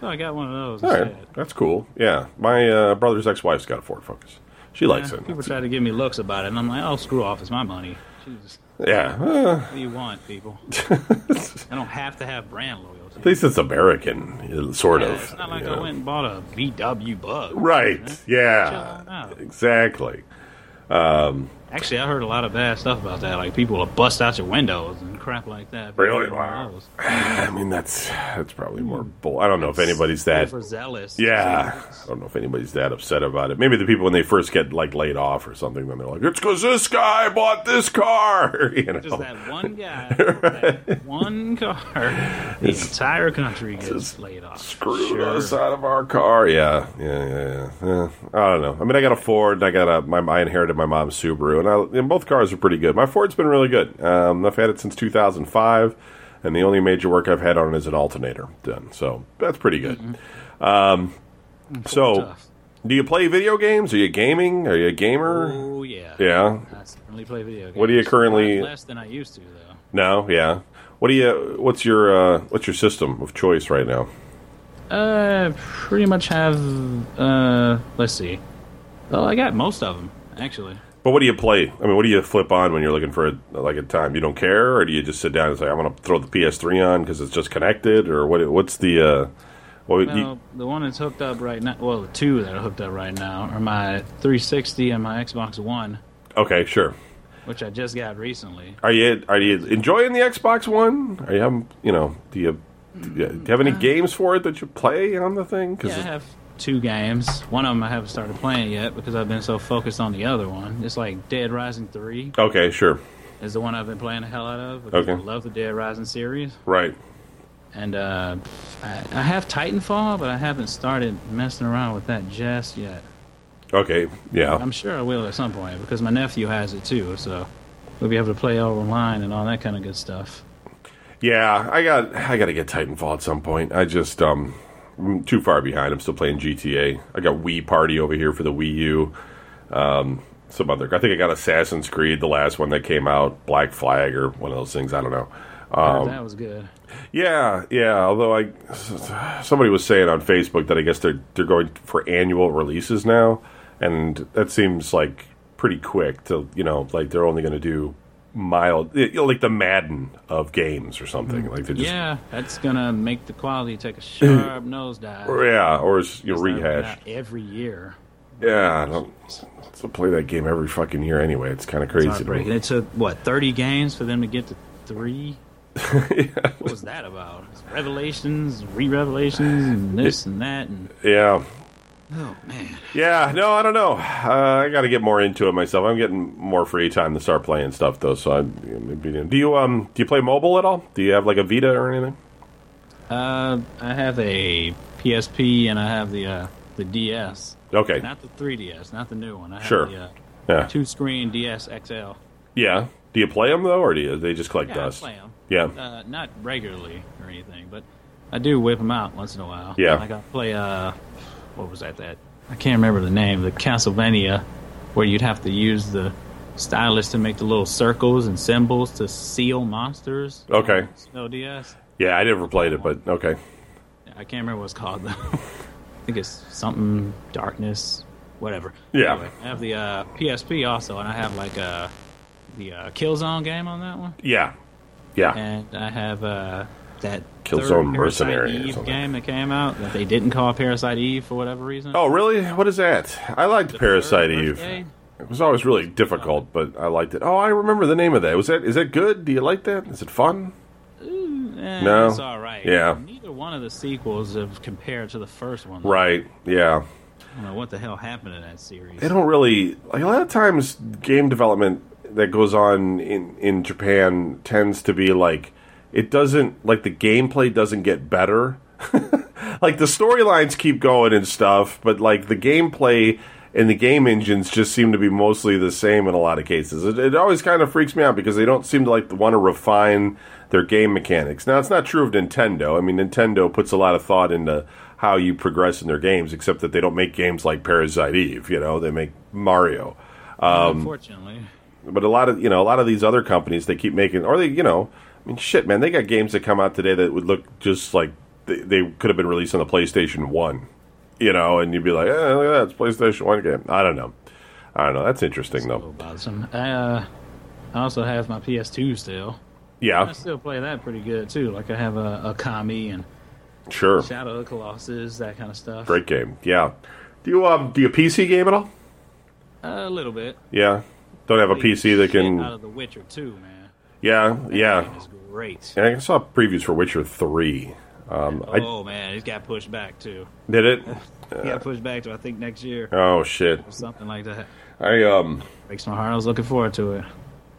so I got one of those.
All
instead.
right, that's cool. Yeah, my uh, brother's ex-wife's got a Ford Focus. She likes
Yeah,
it.
people try to give me looks about it, and I'm like, oh, screw off, it's my money. Choose
Yeah. Uh,
what do you want, people. I don't have to have brand loyalty.
at least it's American, uh, sort
Yeah,
of.
it's not like
you
I
know.
went and bought a VW Bug.
Right.
Chill
Yeah.
out.
Exactly.
Actually, I heard a lot of bad stuff about that. Like people will bust out your windows and crap like that.
Really?
People
Wow.
are those
I mean, that's that's probably more bull. I don't know if anybody's that.
overzealous.
Yeah. I don't know if anybody's that upset about it. Maybe the people when they first get like laid off or something, then they're like, "It's because this guy bought this car." You know.
Just that one guy, that one car, the entire country gets laid off.
screwed
Sure.
us out of our car. Yeah, yeah, yeah, yeah. Eh, I don't know. I mean, I got a Ford. and I got a. My, I inherited my mom's Subaru, and, I, and both cars are pretty good. My Ford's been really good. Um, I've had it since 2005, and the only major work I've had on it is an alternator done. So that's pretty good. Um, so,
tough.
do you play video games? Are you gaming? Are you a gamer?
Oh yeah.
Yeah.
I certainly play video games.
What do you currently-
A lot Less than I used to though.
No. Yeah. What do you? What's your? Uh, what's your system of choice right now?
Uh, pretty much have. Uh, let's see. Well, I got most of them actually.
But what do you play? I mean, what do you flip on when you're looking for a, like a time? You don't care, or do you just sit down and say, "I'm going to throw the PS3 on because it's just connected"? Or what? What's the? Uh, what,
Well,
you,
the one that's hooked up right now, well, the two that are hooked up right now are my 360 and my Xbox One,
okay, sure.
which I just got recently.
Are you are you enjoying the Xbox One? Are you having you know do you, do you have any games for it that you play on the thing?
Mm-hmm. Yeah, I have two games. One of them I haven't started playing yet because I've been so focused on the other one. It's like Dead Rising 3
okay, sure,
is the one I've been playing the hell out of because
Okay.
I love the Dead Rising series.
right.
And uh, I, I have Titanfall, but I haven't started messing around with that just yet.
Okay, yeah,
I'm sure I will at some point because my nephew has it too, so we'll be able to play online and all that kind of good stuff.
yeah. I got I got to get Titanfall at some point. I just um I'm too far behind. I'm still playing GTA. I got Wii Party over here for the Wii U. Um, some other. I think I got Assassin's Creed, the last one that came out, Black Flag, or one of those things. I don't know. Um,
that was good.
yeah, yeah. Although I, somebody was saying on Facebook that I guess they're they're going for annual releases now, and that seems like pretty quick to you know like they're only going to do mild you know, like the Madden of games or something like they're just
yeah, that's gonna make the quality take a sharp nosedive.
or, yeah or it's you know,
It's not
rehashed.
out every year.
Yeah, I don't. So play that game every fucking year anyway. It's kind of
It's
crazy. to me.
heartbreaking. It took what thirty games for them to get to three. What was that about? It's revelations, re-revelations, and this and that, and
Yeah.
oh man,
Yeah, no, I don't know. Uh, I got to get more into it myself. I'm getting more free time to start playing stuff though. So I do you um do you play mobile at all? Do you have like a Vita or anything?
uh, I have a PSP and I have the uh, the DS,
Okay.
not the 3DS, not the new one. I have
Sure.
the uh,
Yeah.
two-screen DS XL.
Yeah. Do you play them though, or do you, they just collect
Yeah,
dust?
I play 'em.
Yeah.
uh, not regularly or anything, but I do whip them out once in a while.
Yeah.
like I play. Uh, what was that? That I can't remember the name. The Castlevania, where you'd have to use the stylus to make the little circles and symbols to seal monsters.
Okay.
No DS.
Yeah, I never played it, but okay.
I can't remember what it's called though. I think it's something darkness, whatever.
Yeah.
Anyway, I have the uh, PSP also, and I have like uh, the uh, Killzone game on that one.
Yeah. Yeah.
and I have uh, that
Killzone
third
Mercenary or
Parasite Eve
something.
game that came out that they didn't call Parasite Eve for whatever reason.
Oh, really? What is that? I liked
The
Parasite
third eh?
Eve.
birthday?
It was always really difficult, but I liked it. Oh, I remember the name of that. Was that is that good? Do you like that? Is it fun?
Eh,
No.
it's all right.
Yeah.
neither one of the sequels have compared to the first one.
Right. Yeah.
I don't know what the hell happened to that series.
they don't really like a lot of times game development that goes on in in Japan tends to be like it doesn't like the gameplay doesn't get better. like the storylines keep going and stuff, but like the gameplay and the game engines just seem to be mostly the same in a lot of cases. It, it always kind of freaks me out because they don't seem to like want to refine their game mechanics. Now it's not true of Nintendo. I mean, Nintendo puts a lot of thought into how you progress in their games, except that they don't make games like Parasite Eve. You know, they make Mario Um,
unfortunately.
but a lot of you know a lot of these other companies they keep making or they you know I mean shit man they got games that come out today that would look just like they, they could have been released on the PlayStation One, you know, and you'd be like, eh, look at that, it's a PlayStation One game. I don't know, I don't know. That's interesting
A
though.
little bothersome. Oh, Uh, I also have my PS2 still. I
Yeah,
still play that pretty good too. Like I have a, a Kami and
sure.
Shadow of the Colossus, that kind of stuff.
Great game. Yeah. Do you um do you PC game at all?
a little bit.
Yeah. Don't have a PC that
Shit out
can.
of the Witcher 2, man.
Yeah, yeah.
It's great.
And I saw previews for Witcher Three. Um, I
oh man, it got pushed back too.
did it.
It got pushed back to I think next year or
Oh shit.
something like that.
I um.
Breaks my heart. I was looking forward to it.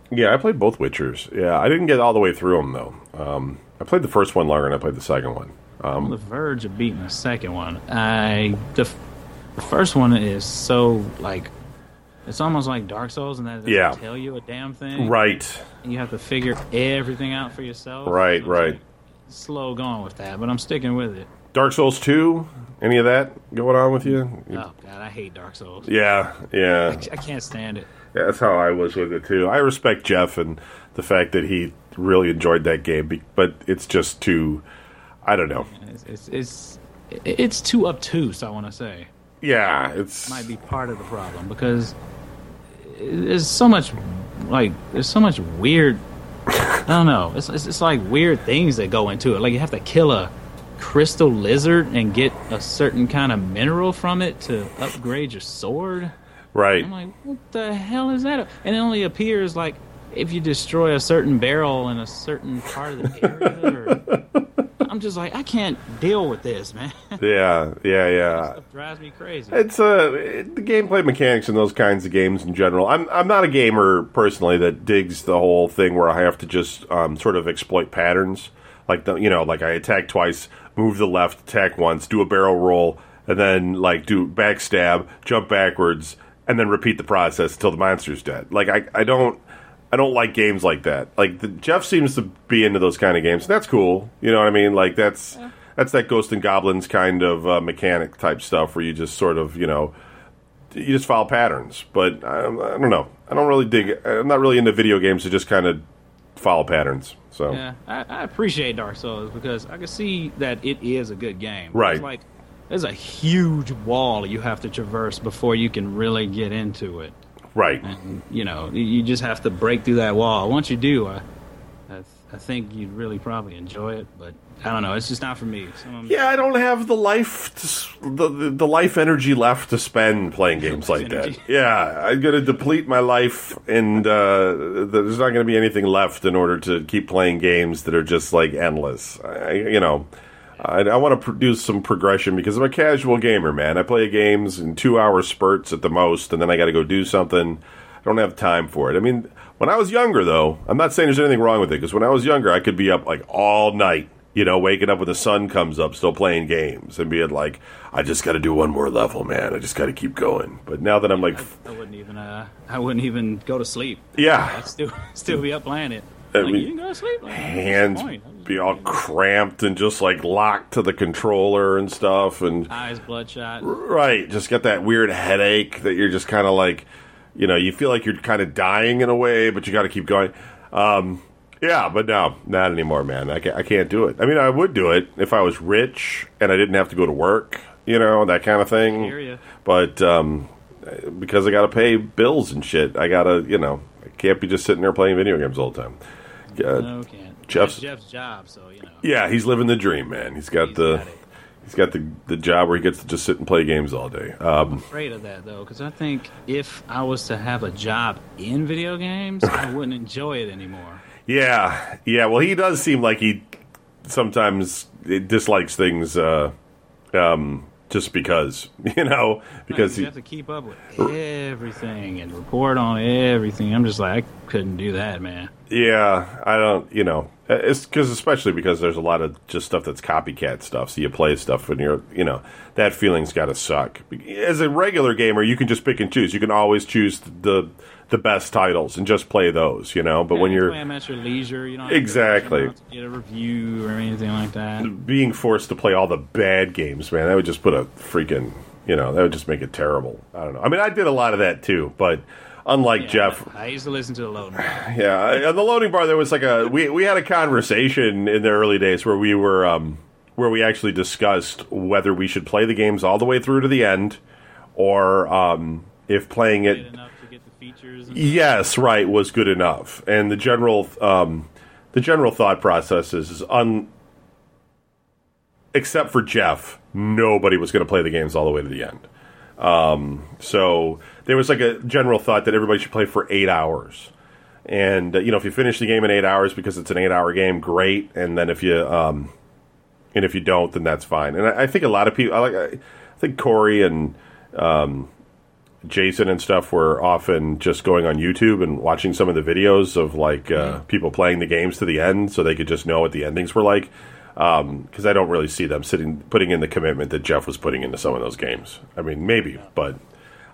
Yeah, I played both Witchers. Yeah, I didn't get all the way through them though. Um, I played the first one longer than I played the second one.
I'm on the verge of beating the second one. I the, f- the first one is so like it's almost like Dark Souls, and that doesn't
Yeah.
tell you a damn thing.
Right.
And you have to figure everything out for yourself.
Right,
it's
right.
like slow going with that, but I'm sticking with it.
Dark Souls Two. Any of that going on with you?
Oh god, I hate Dark Souls.
Yeah, yeah.
I can't stand it.
That's how I was with it too. I respect Jeff and the fact that he really enjoyed that game, be- but it's just too. I don't know.
It's it's it's, it's too obtuse. I want to say.
Yeah, it's
might be part of the problem because there's so much like there's so much weird I don't know. It's, it's it's like weird things that go into it. Like you have to kill a crystal lizard and get a certain kind of mineral from it to upgrade your sword.
right.
I'm like, what the hell is that? And it only appears like if you destroy a certain barrel in a certain part of the area. Or, I'm just like, I can't deal with this, man.
Yeah, yeah, yeah.
Stuff drives me crazy.
It's uh, it, the gameplay mechanics in those kinds of games in general. I'm I'm not a gamer personally that digs the whole thing where I have to just um, sort of exploit patterns, like the you know like I attack twice, move to the left, attack once, do a barrel roll, and then like do backstab, jump backwards, and then repeat the process until the monster's dead. Like I I don't. I don't like games like that. Like the, Jeff seems to be into those kind of games, and that's cool. You know what I mean? Like that's that's that Ghost and Goblins kind of uh, mechanic type stuff where you just sort of you know you just follow patterns. But I, I don't know. I don't really dig. I'm not really into video games that just kind of follow patterns. So
Yeah, I, I appreciate Dark Souls because I can see that it is a good game.
Right.
It's like there's a huge wall you have to traverse before you can really get into it.
right,
And, you know, you- you just have to break through that wall. Once you do, I, I, th- I think you'd really probably enjoy it. But I don't know, it's just not for me. Some of 'em-
yeah. I don't have the life to, s- the, the the life energy left to spend playing games like that.
Energy.
Yeah, I'm gonna deplete my life, and uh, there's not gonna be anything left in order to keep playing games that are just like endless. I, you know. I, I want to produce some progression because I'm a casual gamer, man. I play games in two hour spurts at the most, and then I got to go do something. I don't have time for it. I mean, when I was younger, though, I'm not saying there's anything wrong with it because when I was younger, I could be up like all night, you know, waking up when the sun comes up, still playing games, and being like, I just got to do one more level, man. I just got to keep going. But now that I'm like, f-
I wouldn't even. Uh, I wouldn't even go to sleep.
yeah,
I'd still still be up playing it.
I
like,
mean,
you didn't go to sleep. Like, what's the
hands
point? I was-
be all cramped and just like locked to the controller and stuff, and
Eyes bloodshot.
Right. Just got that weird headache that you're just kind of like, you know, you feel like you're kind of dying in a way, but you got to keep going. Um, yeah, but no, not anymore, man. I can't, I can't do it. I mean, I would do it if I was rich and I didn't have to go to work, you know, that kind of thing.
hear ya.
But um, because I got to pay bills and shit, I got to, you know, I can't be just sitting there playing video games all the time. Uh,
No, can't.
Jeff's-
That's Jeff's job, so you know.
yeah, he's living the dream, man. He's got
He's
the.
got it.
He's got the, the job where he gets to just sit and play games all day. Um,
afraid of that though, because I think if I was to have a job in video games, I wouldn't enjoy it anymore.
Yeah, yeah. Well, he does seem like he sometimes dislikes things uh, um, just because, you know, because
you
he,
have to keep up with everything and report on everything. I'm just like, I couldn't do that, man.
yeah, I don't, you know, it's because especially because there's a lot of just stuff that's copycat stuff. So you play stuff and you're, you know, that feeling's got to suck. As a regular gamer, you can just pick and choose. You can always choose the the best titles and just play those, you know. But when
You
you're
play 'em at your leisure, you know,
Exactly.
You don't have to get a review or anything like that.
being forced to play all the bad games, man, that would just put a freaking, you know, that would just make it terrible. I don't know. I mean, I did a lot of that too, but unlike Jeff,
I used to listen to the load. Bar.
yeah, I- on the loading bar there was like a we we had a conversation in the early days where we were um where we actually discussed whether we should play the games all the way through to the end or um if playing
Did
it
enough to get the features. And
yes, right, was good enough. And the general um, the general thought process is, is un except for Jeff, nobody was going to play the games all the way to the end. Um, so there was like a general thought that everybody should play for eight hours. And uh, you know, if you finish the game in eight hours because it's an eight-hour game, great. And then if you um, and if you don't, then that's fine. And I, I think a lot of people, I like, I think Corey and Jason and stuff were often just going on YouTube and watching some of the videos of like uh, people playing the games to the end, so they could just know what the endings were like. Because I don't really see them sitting putting in the commitment that Jeff was putting into some of those games. I mean, maybe, but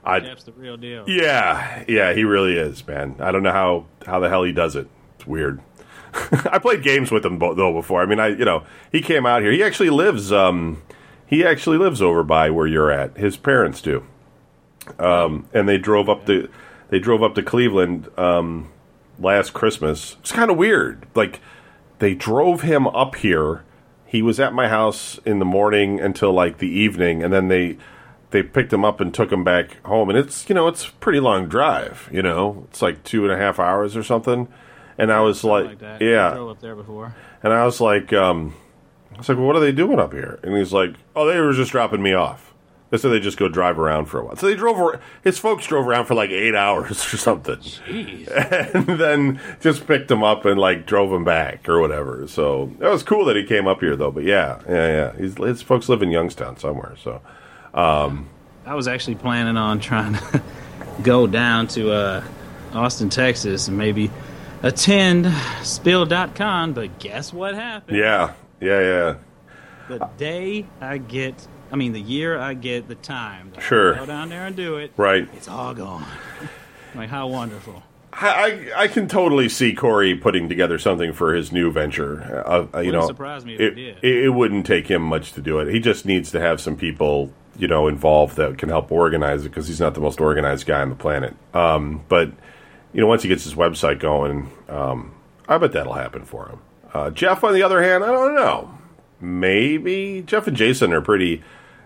I
Jeff's the real deal.
yeah, yeah, he really is, man. I don't know how how the hell he does it. It's weird. I played games with him bo- though before. I mean, I you know he came out here. He actually lives. Um, he actually lives over by where you're at. His parents do Um, and they drove up to they drove up to Cleveland um, last Christmas. It's kind of weird. Like they drove him up here. He was at my house in the morning until like the evening, and then they they picked him up and took him back home. And it's you know it's a pretty long drive. You know it's like two and a half hours or something. And I was
Something
like,
like that. I
yeah,
drove up there before.
and I was like, um, I was like, well, what are they doing up here? And he's like, oh, they were just dropping me off. They said they just go drive around for a while. So they drove. ar- His folks drove around for like eight hours or something,
Jeez.
and then just picked him up and like drove him back or whatever. So that was cool that he came up here though. But yeah, yeah, yeah. He's, his folks live in Youngstown somewhere. So
I was actually planning on trying to go down to uh, Austin, Texas, and maybe attend Spill.com. But guess what happened?
yeah, yeah, yeah.
The day I get, I mean, the year I get the time. to
Sure.
Go down there and do it.
Right.
It's all gone. like how wonderful.
I, I I can totally see Corey putting together something for his new venture. Uh, Uh, you
Wouldn't
know,
surprise me if
it,
he did.
It, it wouldn't take him much to do it. He just needs to have some people you know involved that can help organize it because he's not the most organized guy on the planet. Um, but you know, once he gets his website going, um, I bet that'll happen for him. Uh, Jeff, on the other hand, I don't know. Maybe Jeff and Jason are pretty.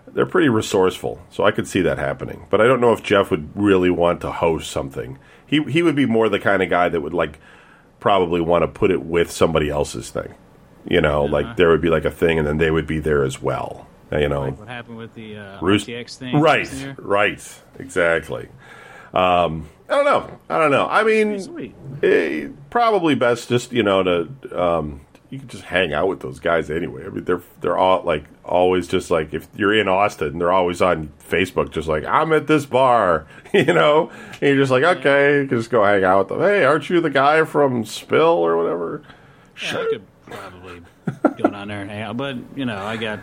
They're pretty resourceful, so I could see that happening. But I don't know if Jeff would really want to host something. He he would be more the kind of guy that would like probably want to put it with somebody else's thing. You know, like there would be like a thing, and then they would be there as well. Uh, You know,
What happened with the uh,
Roost-
RTX thing?
right?
last year?
Right, exactly. Um, I don't know. I don't know. I mean,
Sweet.
Eh, probably best just you know to um, you can just hang out with those guys anyway. I mean they're they're all like always just like if you're in Austin, they're always on Facebook, just like I'm at this bar, you know, and you're just like okay, you can just go hang out with them. Hey, aren't you the guy from Spill or whatever?
Yeah, I could probably go down there and hang out. But you know, I got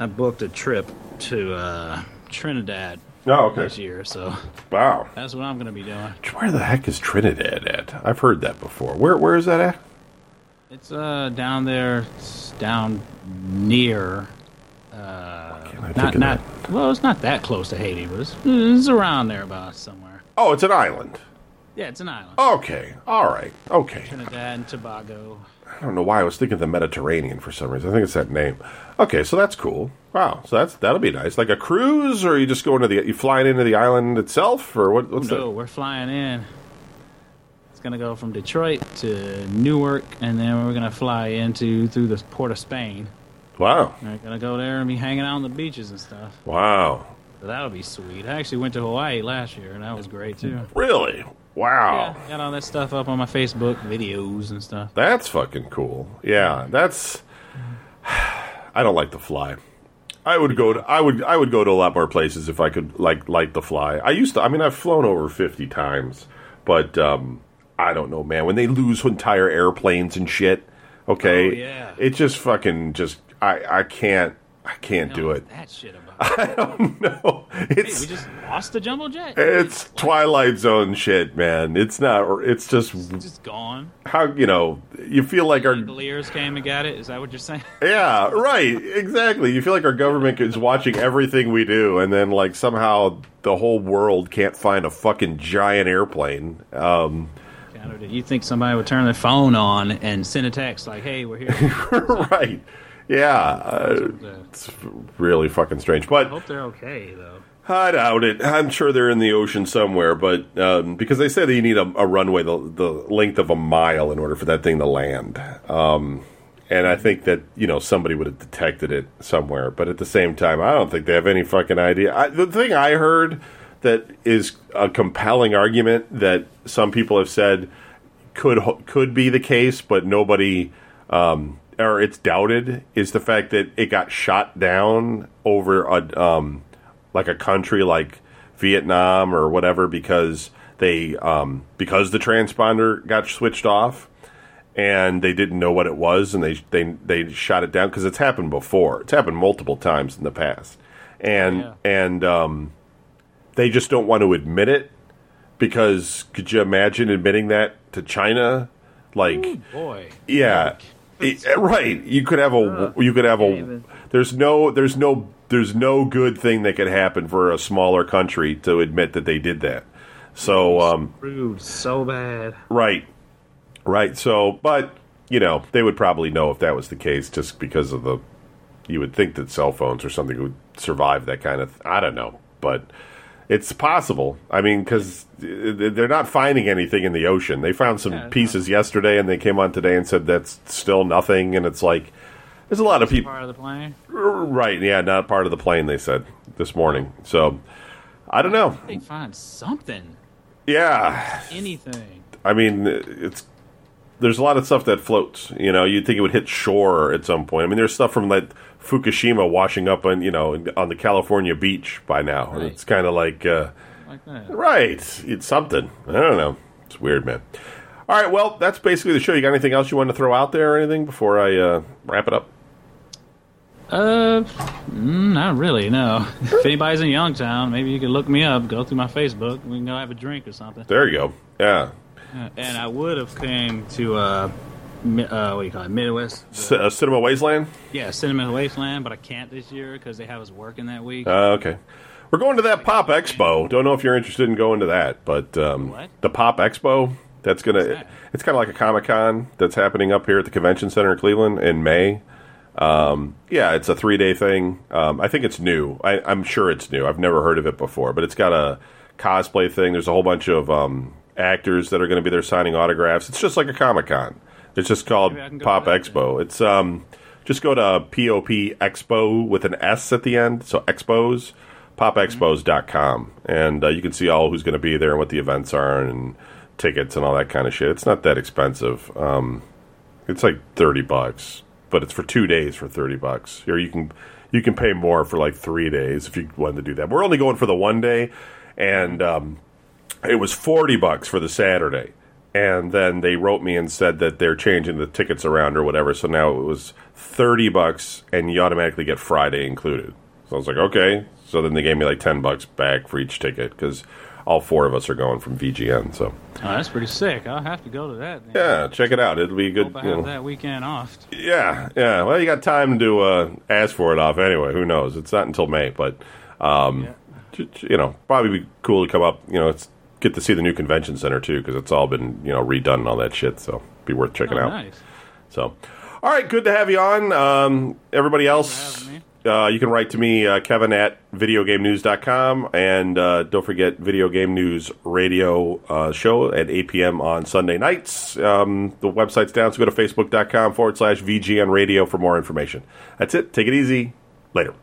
I booked a trip to uh, Trinidad
Oh,
this year, so
Wow,
that's what I'm going to be doing.
where the heck is Trinidad at? I've heard that before. Where where is that at?
It's uh down there, it's down near. Uh,
can't I think
not
of
not well, it's not that close to Haiti, but it's, mm, it's around there about somewhere.
Oh, it's an island.
Yeah, it's an island.
Okay, all right, okay.
Trinidad and Tobago.
I don't know why I was thinking of the Mediterranean for some reason. I think it's that name. Okay, so that's cool. Wow, so that's that'll be nice. Like a cruise, or you just going to the you flying into the island itself, or what? What's
So we're flying in. It's gonna go from Detroit to Newark, and then we're gonna fly into through the port of Spain.
that? Wow,
We're gonna go there and be hanging out on the beaches and stuff.
wow,
So that'll be sweet. I actually went to Hawaii last year, and that was great too.
Hmm. really? Wow,
Yeah, got all that stuff up on my Facebook videos and stuff.
that's fucking cool. Yeah, that's. I don't like the fly. I would go to I would I would go to a lot more places if I could like like the fly. I used to I mean I've flown over 50 times, but um I don't know man when they lose entire airplanes and shit, okay?
Oh, yeah.
It just fucking just I I can't I can't do it.
Oh, That shit about.
No.
Hey,
It's
we just lost the jumbo jet.
it's Twilight Zone shit, man. It's not it's just
It's just gone.
how you know, you feel like our
Cavaliers came and got it. Is that what you're saying?
Yeah, right. Exactly. You feel like our government is watching everything we do, and then like somehow the whole world can't find a fucking giant airplane. Um,
Counter to- You think somebody would turn their phone on and send a text like, "Hey, we're here."
right. Yeah, uh, it's really fucking strange. But
I hope they're okay though.
I doubt it. I'm sure they're in the ocean somewhere, but um, because they say that you need a, a runway the, the length of a mile in order for that thing to land. Um, and I think that you know somebody would have detected it somewhere, but at the same time, I don't think they have any fucking idea. I, the thing I heard that is a compelling argument that some people have said could could be the case, but nobody um, or it's doubted is the fact that it got shot down over a um, like a country like Vietnam or whatever because they um, because the transponder got switched off and they didn't know what it was and they they they shot it down because it's happened before. It's happened multiple times in the past, and
Yeah.
and um, they just don't want to admit it because could you imagine admitting that to China? Like
Boy,
yeah, It- right. You could have a you could have a
David.
there's no there's no there's no good thing that could happen for a smaller country to admit that they did that. So um,
proved so bad.
Right. Right. So, but, you know, they would probably know if that was the case just because of the. You would think that cell phones or something would survive that kind of. I don't know. But it's possible. I mean, because they're not finding anything in the ocean. They found some
Yeah, it's
pieces yesterday and they came on today and said that's still nothing. And it's like. There's a lot of people.
Part of the plane.
Right. Yeah. Not part of the plane, they said this morning. So, I don't know.
They find something,
Yeah.
anything.
I mean, it's there's a lot of stuff that floats. You know, you'd think it would hit shore at some point. I mean, there's stuff from like Fukushima washing up on you know on the California beach by now, and
Right.
it's kind of like uh,
Like that.
right, it's something. I don't know. It's weird, man. All right, well, that's basically the show. You got anything else you want to throw out there or anything before I uh, wrap it up?
Uh, mm, not really. No. if anybody's in Youngtown, maybe you can look me up. Go through my Facebook. We can go have a drink or something.
There you go. Yeah,
Uh, And I would have came to uh, mi- uh what do you call it, Midwest?
C- uh, Cinema Wasteland.
Yeah, Cinnamon Wasteland, but I can't this year because they have us working that week.
Uh, okay. We're going to that Pop Expo. Don't know if you're interested in going to that, but um,
What?
the Pop Expo that's gonna
that?
it's kind of like a Comic Con that's happening up here at the Convention Center in Cleveland in May. Um, yeah, it's a three day thing. Um, I think it's new. I, I'm sure it's new. I've never heard of it before, but it's got a cosplay thing. There's a whole bunch of um, actors that are going to be there signing autographs. It's just like a Comic Con. It's just called
Maybe I can go
Pop
to that
Expo. It's um, just go to POP Expo with an S at the end. So Expos, popexpos.com. And uh, you can see all who's going to be there and what the events are and tickets and all that kind of shit. It's not that expensive. Um, it's like 30 bucks, but it's for two days for 30 bucks. Or you can you can pay more for like three days if you wanted to do that. We're only going for the one day. And um, it was 40 bucks for the Saturday. And then they wrote me and said that they're changing the tickets around or whatever. So now it was 30 bucks and you automatically get Friday included. So I was like, okay. So then they gave me like 10 bucks back for each ticket because all four of us are going from VGN. So
oh, that's pretty sick. I'll have to go to that. Then.
yeah, check it out. It'll be a good.
Hope I
you know-
have that weekend off.
yeah, yeah. Well, you got time to uh, ask for it off anyway. Who knows? It's not until May, but um, j- j- you know, probably be cool to come up. You know, it's get to see the new convention center too because it's all been you know redone and all that shit. So be worth
Oh,
checking out.
nice.
So, all right, good to have you on. Um, everybody
Thanks
else,
for having
uh, you can write to me, uh, Kevin at videogamenews.com. And uh, don't forget, Video Game News radio uh, show at 8 p.m. on Sunday nights. Um, the website's down, so go to facebook.com forward slash VGN radio for more information. That's it. Take it easy. Later.